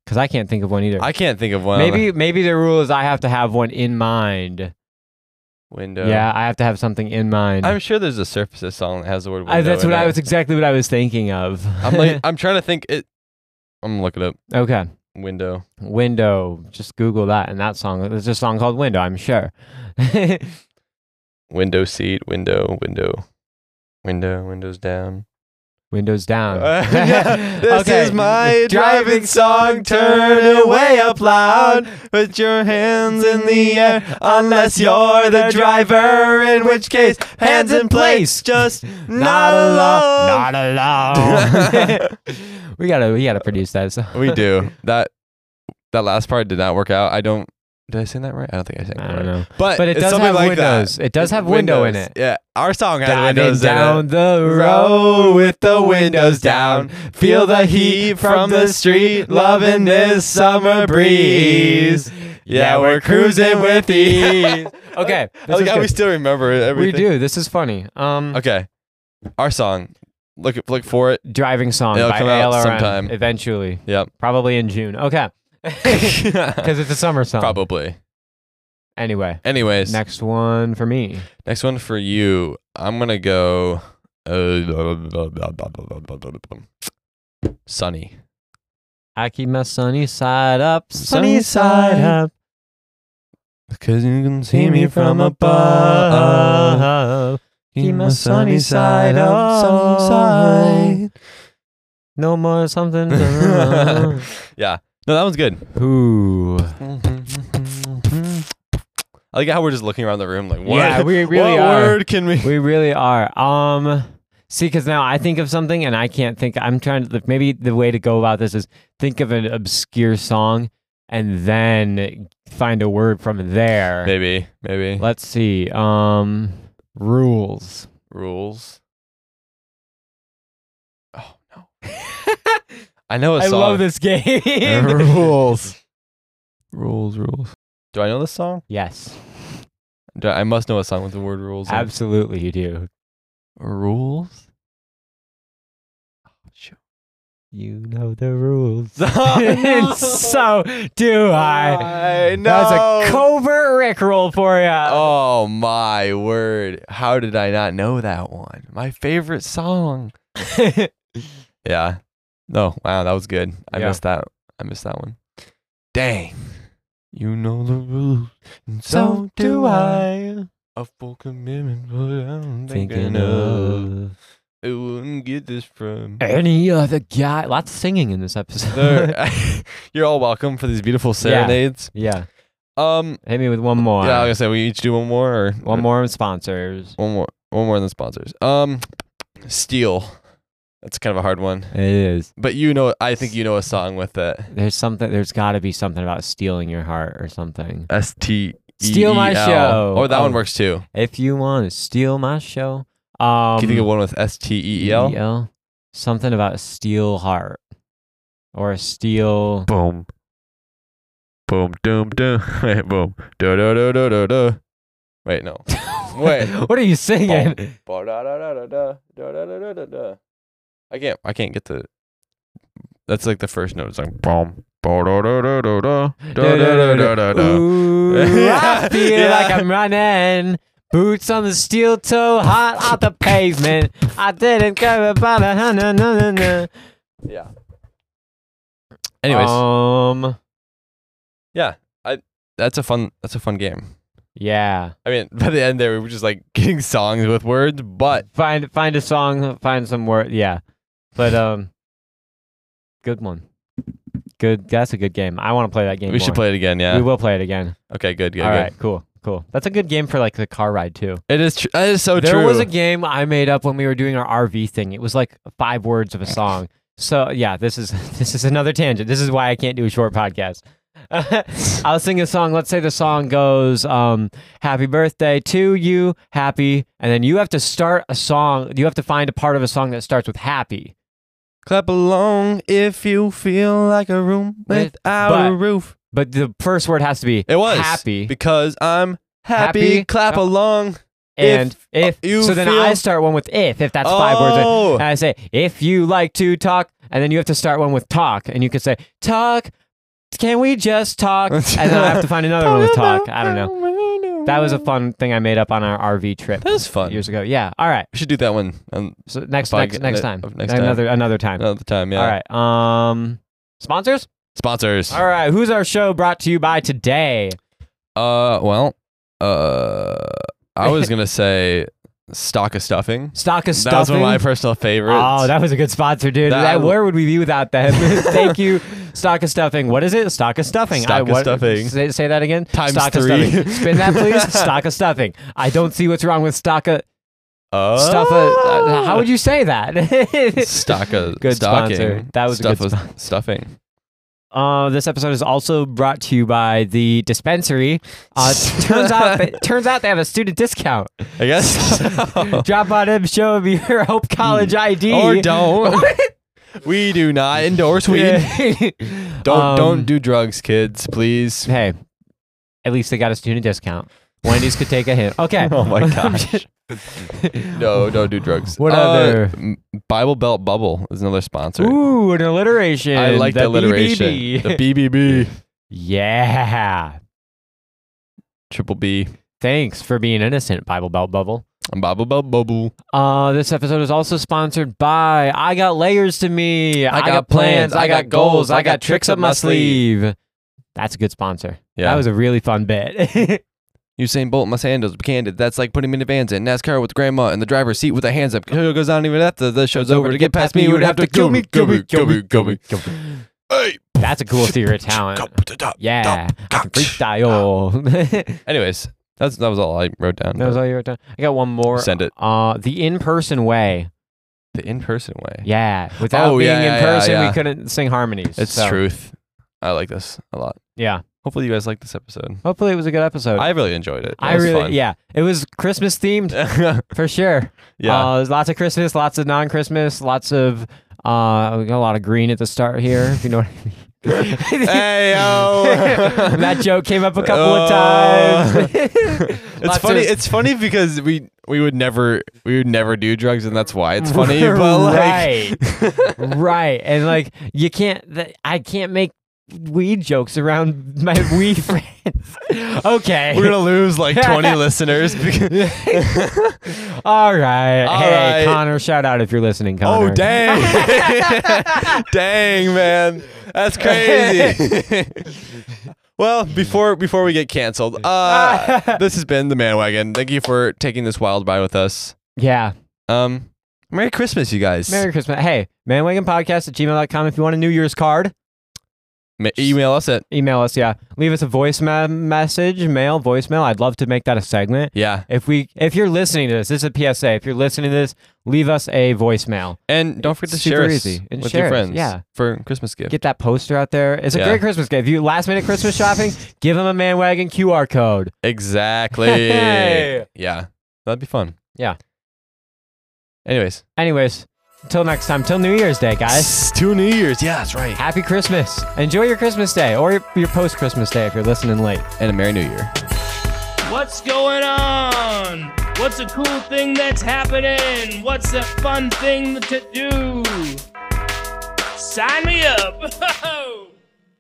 [SPEAKER 2] because I can't think of one either.
[SPEAKER 1] I can't think of one.
[SPEAKER 2] maybe maybe the rule is I have to have one in mind.
[SPEAKER 1] window.
[SPEAKER 2] Yeah, I have to have something in mind.
[SPEAKER 1] I'm sure there's a Surfaces song that has the word window.
[SPEAKER 2] I, that's
[SPEAKER 1] in
[SPEAKER 2] what I
[SPEAKER 1] it.
[SPEAKER 2] was exactly what I was thinking of.
[SPEAKER 1] I'm like, I'm trying to think. It. I'm gonna look it up.
[SPEAKER 2] okay.
[SPEAKER 1] Window.
[SPEAKER 2] Window. Just Google that and that song. There's a song called Window, I'm sure.
[SPEAKER 1] Window seat. Window. Window. Window. Windows down.
[SPEAKER 2] Windows down.
[SPEAKER 1] this
[SPEAKER 2] Okay.
[SPEAKER 1] is my driving song. Turn away up loud. Put your hands in the air, unless you're the driver. In which case, hands in place. Just not alone.
[SPEAKER 2] Not alone. we gotta we gotta produce that. So.
[SPEAKER 1] we do that. That last part did not work out. I don't. Did I sing that right? I don't think I sang that
[SPEAKER 2] I don't
[SPEAKER 1] right.
[SPEAKER 2] know.
[SPEAKER 1] But,
[SPEAKER 2] But it
[SPEAKER 1] it's
[SPEAKER 2] does
[SPEAKER 1] Uh, something
[SPEAKER 2] have
[SPEAKER 1] like that.
[SPEAKER 2] windows. It does
[SPEAKER 1] It's
[SPEAKER 2] have window in
[SPEAKER 1] windows.
[SPEAKER 2] it.
[SPEAKER 1] Yeah, our song had
[SPEAKER 2] Diving
[SPEAKER 1] windows
[SPEAKER 2] down
[SPEAKER 1] in it.
[SPEAKER 2] the
[SPEAKER 1] Row
[SPEAKER 2] road
[SPEAKER 1] with the windows down. Feel the heat from the street. Loving this summer breeze. Yeah, we're cruising with ease.
[SPEAKER 2] okay. this
[SPEAKER 1] like
[SPEAKER 2] is
[SPEAKER 1] how we
[SPEAKER 2] good.
[SPEAKER 1] still remember
[SPEAKER 2] we
[SPEAKER 1] everything.
[SPEAKER 2] do. This is funny. Um,
[SPEAKER 1] Okay, our song. Look, look for it.
[SPEAKER 2] driving song
[SPEAKER 1] It'll
[SPEAKER 2] by
[SPEAKER 1] come out
[SPEAKER 2] ALRN
[SPEAKER 1] sometime.
[SPEAKER 2] eventually,
[SPEAKER 1] Yep.
[SPEAKER 2] probably in June. Okay, because it's a summer song.
[SPEAKER 1] Probably.
[SPEAKER 2] Anyway,
[SPEAKER 1] Anyways, next,
[SPEAKER 2] next one for me.
[SPEAKER 1] one for you. I'm gonna go. Uh, sunny.
[SPEAKER 2] I keep my sunny side up,
[SPEAKER 1] Sunny side.
[SPEAKER 2] sunny side up.
[SPEAKER 1] Because you can
[SPEAKER 2] See me from above. Keep my sunny side up, sunny No more something.
[SPEAKER 1] yeah. No, that one's good.
[SPEAKER 2] Ooh.
[SPEAKER 1] I like how we're just looking around the room like, what?
[SPEAKER 2] Yeah, we really
[SPEAKER 1] what
[SPEAKER 2] are.
[SPEAKER 1] word can we?
[SPEAKER 2] We really are. Um, see, because now I think of something and I can't think. I'm trying to. Maybe the way to go about this is think of an obscure song and then find a word from there.
[SPEAKER 1] Maybe, maybe.
[SPEAKER 2] Let's see. Um, rules.
[SPEAKER 1] Rules. Oh no. I know a
[SPEAKER 2] I
[SPEAKER 1] song.
[SPEAKER 2] love this game.
[SPEAKER 1] rules. Rules, rules. Do I know this song?
[SPEAKER 2] yes,
[SPEAKER 1] Do I, I must know a song with the word rules. in it.
[SPEAKER 2] absolutely, you do.
[SPEAKER 1] rules.
[SPEAKER 2] Oh, You know the rules.
[SPEAKER 1] No.
[SPEAKER 2] And so do I.
[SPEAKER 1] I
[SPEAKER 2] That was a
[SPEAKER 1] know.
[SPEAKER 2] covert rickroll for you.
[SPEAKER 1] Oh my word! How did I not know that one? My favorite song. Oh. Yeah. No. Wow, that was good. I
[SPEAKER 2] Yeah.
[SPEAKER 1] missed that. I missed that one. Dang. You know the rules, and so do I. A full commitment, but I'm thinking,
[SPEAKER 2] Thinking
[SPEAKER 1] of.
[SPEAKER 2] of
[SPEAKER 1] I wouldn't get this from.
[SPEAKER 2] any other guy. Lots of singing in this episode.
[SPEAKER 1] There- You're all welcome for these beautiful serenades.
[SPEAKER 2] yeah.
[SPEAKER 1] Um.
[SPEAKER 2] Hit me with one more.
[SPEAKER 1] Yeah, I was gonna say we each do one more or
[SPEAKER 2] one more sponsors.
[SPEAKER 1] one more, one more than sponsors. Um, steel. That's kind of a hard one,
[SPEAKER 2] It is.
[SPEAKER 1] but you know, I think you know a song with it.
[SPEAKER 2] There's something. There's got to be something about stealing your heart or something.
[SPEAKER 1] S T. E
[SPEAKER 2] Steal My Show.
[SPEAKER 1] Oh, that one
[SPEAKER 2] Oh.
[SPEAKER 1] works too.
[SPEAKER 2] If you want to steal my show, um,
[SPEAKER 1] Can you think of one with S T E E L?
[SPEAKER 2] EL? something about a steel heart or a steel.
[SPEAKER 1] Boom. Boom, doom, doom. Wait, boom. Do, do, do, do, do, do. Wait, no. Wait. Oh.
[SPEAKER 2] what are you singing?
[SPEAKER 1] Ba- da- da- da- da- da. Da- da- da- da- da- da. I can't. I can't get the. That's like the first note. It's like boom. Ba- da- da- da- da- da. Da- da- da- da- da- da.
[SPEAKER 2] Ooh,
[SPEAKER 1] Yeah,
[SPEAKER 2] I feel
[SPEAKER 1] yeah.
[SPEAKER 2] like I'm running. Boots on the steel toe, hot off the pavement. I didn't care about a na na na na.
[SPEAKER 1] Yeah. Anyways,
[SPEAKER 2] um,
[SPEAKER 1] that's a fun. That's a fun game.
[SPEAKER 2] yeah.
[SPEAKER 1] I mean, by the end there, we were just like getting songs with words, but
[SPEAKER 2] Find find a song, find some word. Yeah, but um, good one. Good. That's a good game. I want to play that game.
[SPEAKER 1] we should
[SPEAKER 2] more.
[SPEAKER 1] play it again. Yeah.
[SPEAKER 2] We will play it again.
[SPEAKER 1] Okay. Good. Good.
[SPEAKER 2] All
[SPEAKER 1] good.
[SPEAKER 2] right. Cool. Cool. That's a good game for like the car ride too.
[SPEAKER 1] It is. Tr- it is so
[SPEAKER 2] there
[SPEAKER 1] Oh, true.
[SPEAKER 2] was a game I made up when we were doing our RV thing. It was like five words of a song. So yeah, this is this is another tangent. This is why I can't do a short podcast. I'll sing a song. Let's say the song goes, um, "Happy birthday to you, happy," and then you have to start a song. You have to find a part of a song that starts with "happy."
[SPEAKER 1] Clap along if you feel like a room
[SPEAKER 2] With-
[SPEAKER 1] without a
[SPEAKER 2] but-
[SPEAKER 1] roof.
[SPEAKER 2] But the first word has to be
[SPEAKER 1] It was
[SPEAKER 2] happy.
[SPEAKER 1] because I'm happy.
[SPEAKER 2] Happy.
[SPEAKER 1] Clap
[SPEAKER 2] Uh,
[SPEAKER 1] along.
[SPEAKER 2] and if,
[SPEAKER 1] you
[SPEAKER 2] so, then
[SPEAKER 1] feel-
[SPEAKER 2] I start one with "if." If that's five words.
[SPEAKER 1] Oh.
[SPEAKER 2] And I say, if you like to talk, and then you have to start one with talk, and you could say, talk, can we just talk? And then I have to find another one with talk. I don't know. That was a fun thing I made up on our RV trip
[SPEAKER 1] That was fun.
[SPEAKER 2] years ago. Yeah. All right.
[SPEAKER 1] We should do that one um,
[SPEAKER 2] So next
[SPEAKER 1] Fuck,
[SPEAKER 2] next next
[SPEAKER 1] ne-
[SPEAKER 2] time.
[SPEAKER 1] next time.
[SPEAKER 2] another another time.
[SPEAKER 1] another time. Yeah.
[SPEAKER 2] All right. Um sponsors?
[SPEAKER 1] Sponsors.
[SPEAKER 2] All right. Who's our show brought to you by today?
[SPEAKER 1] Uh, well, uh, I was gonna say stock of stuffing.
[SPEAKER 2] Stock of
[SPEAKER 1] That was one
[SPEAKER 2] stuffing.
[SPEAKER 1] of my personal favorites.
[SPEAKER 2] Oh, that was a good sponsor, dude.
[SPEAKER 1] That-
[SPEAKER 2] That- where would we be without them? Thank you, Stock of Stuffing. What is it? Stock of Stuffing.
[SPEAKER 1] Stock of
[SPEAKER 2] what-
[SPEAKER 1] Stuffing.
[SPEAKER 2] Say, say that again.
[SPEAKER 1] Times
[SPEAKER 2] stock
[SPEAKER 1] three.
[SPEAKER 2] Of stuffing. Spin that, please. stock of Stuffing. I don't see what's wrong with Stock of
[SPEAKER 1] uh,
[SPEAKER 2] Stuff. Of, how would you say that?
[SPEAKER 1] stock of
[SPEAKER 2] Good
[SPEAKER 1] stocking.
[SPEAKER 2] sponsor. That was a good
[SPEAKER 1] Stuff of stuffing.
[SPEAKER 2] uh, this episode is also brouut to you by the dispensary. Uh, turns out, that, turns out they have a student discount.
[SPEAKER 1] I guess. so.
[SPEAKER 2] Drop on in, show them your Hope College ID.
[SPEAKER 1] Hmm. or don't. we do not endorse weed. Don't
[SPEAKER 2] Um,
[SPEAKER 1] don't do drugs, kids, please.
[SPEAKER 2] hey, at least they got a student discount. Wendy's could take a hit. Okay.
[SPEAKER 1] Oh my gosh. No, don't do drugs.
[SPEAKER 2] What
[SPEAKER 1] Uh,
[SPEAKER 2] other-
[SPEAKER 1] M- Bible Belt Bubble is another sponsor.
[SPEAKER 2] Ooh, an alliteration.
[SPEAKER 1] I like the, alliteration.
[SPEAKER 2] BBB.
[SPEAKER 1] The BBB.
[SPEAKER 2] yeah.
[SPEAKER 1] Triple B.
[SPEAKER 2] Thanks for being innocent, Bible Belt Bubble.
[SPEAKER 1] Babu babu babu.
[SPEAKER 2] Uh, this episode is also sponsored by I Got Layers to Me.
[SPEAKER 1] I got plans, I got goals, I got tricks up my
[SPEAKER 2] sleeve. That's a good sponsor.
[SPEAKER 1] Yeah.
[SPEAKER 2] That was a really fun bit.
[SPEAKER 1] Usain Bolt must handles candid. That's like putting minivans in NASCAR with grandma in the driver's seat with the hands up. Who goes on even after the show's over to get past me? You would have to kill me, kill me, kill me, kill me. Hey,
[SPEAKER 2] That's a cool theory of talent. Yeah. I can Freestyle.
[SPEAKER 1] Anyways, that's that was all I wrote down.
[SPEAKER 2] that was all you wrote down. I got one more.
[SPEAKER 1] Send it.
[SPEAKER 2] Uh, the in person way.
[SPEAKER 1] the in-person way.
[SPEAKER 2] Yeah. Without
[SPEAKER 1] Oh,
[SPEAKER 2] being
[SPEAKER 1] yeah, yeah,
[SPEAKER 2] in
[SPEAKER 1] yeah,
[SPEAKER 2] person,
[SPEAKER 1] yeah.
[SPEAKER 2] we couldn't sing harmonies.
[SPEAKER 1] It's
[SPEAKER 2] So,
[SPEAKER 1] truth. I like this a lot.
[SPEAKER 2] Yeah.
[SPEAKER 1] Hopefully, you guys like this episode.
[SPEAKER 2] Hopefully, it was a good episode.
[SPEAKER 1] I really enjoyed it. It
[SPEAKER 2] I
[SPEAKER 1] was
[SPEAKER 2] really,
[SPEAKER 1] fun.
[SPEAKER 2] yeah. It was Christmas themed
[SPEAKER 1] yeah,
[SPEAKER 2] for sure.
[SPEAKER 1] yeah.
[SPEAKER 2] Uh, there's lots of Christmas, lots of non-Christmas, lots of uh, we got a lot of green at the start here. If you know what I mean.
[SPEAKER 1] hey yo.
[SPEAKER 2] that joke came up a couple
[SPEAKER 1] Oh.
[SPEAKER 2] of
[SPEAKER 1] Uh.
[SPEAKER 2] times.
[SPEAKER 1] It's
[SPEAKER 2] Lots
[SPEAKER 1] funny.
[SPEAKER 2] of-
[SPEAKER 1] It's funny because we we would never we would never do drugs, and that's why it's funny. But like,
[SPEAKER 2] right, right, and like you can't. Th- I can't make weed jokes around my weed friends. okay.
[SPEAKER 1] we're gonna lose like 20 listeners. Because,
[SPEAKER 2] All right.
[SPEAKER 1] All right.
[SPEAKER 2] hey, Connor, shout out if you're listening, Connor.
[SPEAKER 1] oh dang, dang man, that's crazy. well, before before we get canceled, uh, this has been the Man Wagon. Thank you for taking this wild ride with us.
[SPEAKER 2] Yeah.
[SPEAKER 1] Um, Merry Christmas, you guys.
[SPEAKER 2] Merry Christmas. Hey, manwagonpodcast at gmail.com if you want a New Year's card.
[SPEAKER 1] Ma- email us at
[SPEAKER 2] email us yeah leave us a voice ma- message mail voicemail i'd love to make that a segment
[SPEAKER 1] yeah,
[SPEAKER 2] if we if you're listening to this this is a psa if you're listening to this leave us a voicemail
[SPEAKER 1] and don't forget to
[SPEAKER 2] It's
[SPEAKER 1] share
[SPEAKER 2] super
[SPEAKER 1] us
[SPEAKER 2] easy. And
[SPEAKER 1] with
[SPEAKER 2] share
[SPEAKER 1] your
[SPEAKER 2] us,
[SPEAKER 1] friends.
[SPEAKER 2] yeah.
[SPEAKER 1] for Christmas gift.
[SPEAKER 2] get that poster out there it's a
[SPEAKER 1] Yeah.
[SPEAKER 2] great christmas gift if you last minute christmas shopping give them a man wagon qr code
[SPEAKER 1] Exactly.
[SPEAKER 2] Hey.
[SPEAKER 1] Yeah. That'd be fun.
[SPEAKER 2] Yeah.
[SPEAKER 1] Anyways.
[SPEAKER 2] anyways until next time till new year's day guys
[SPEAKER 1] It's two New Year's. Yeah, that's right.
[SPEAKER 2] happy christmas enjoy your christmas day or your, your post christmas day if you're listening late
[SPEAKER 1] And a Merry New Year.
[SPEAKER 3] What's going on? What's a cool thing that's happening? What's a fun thing to do? Sign me up!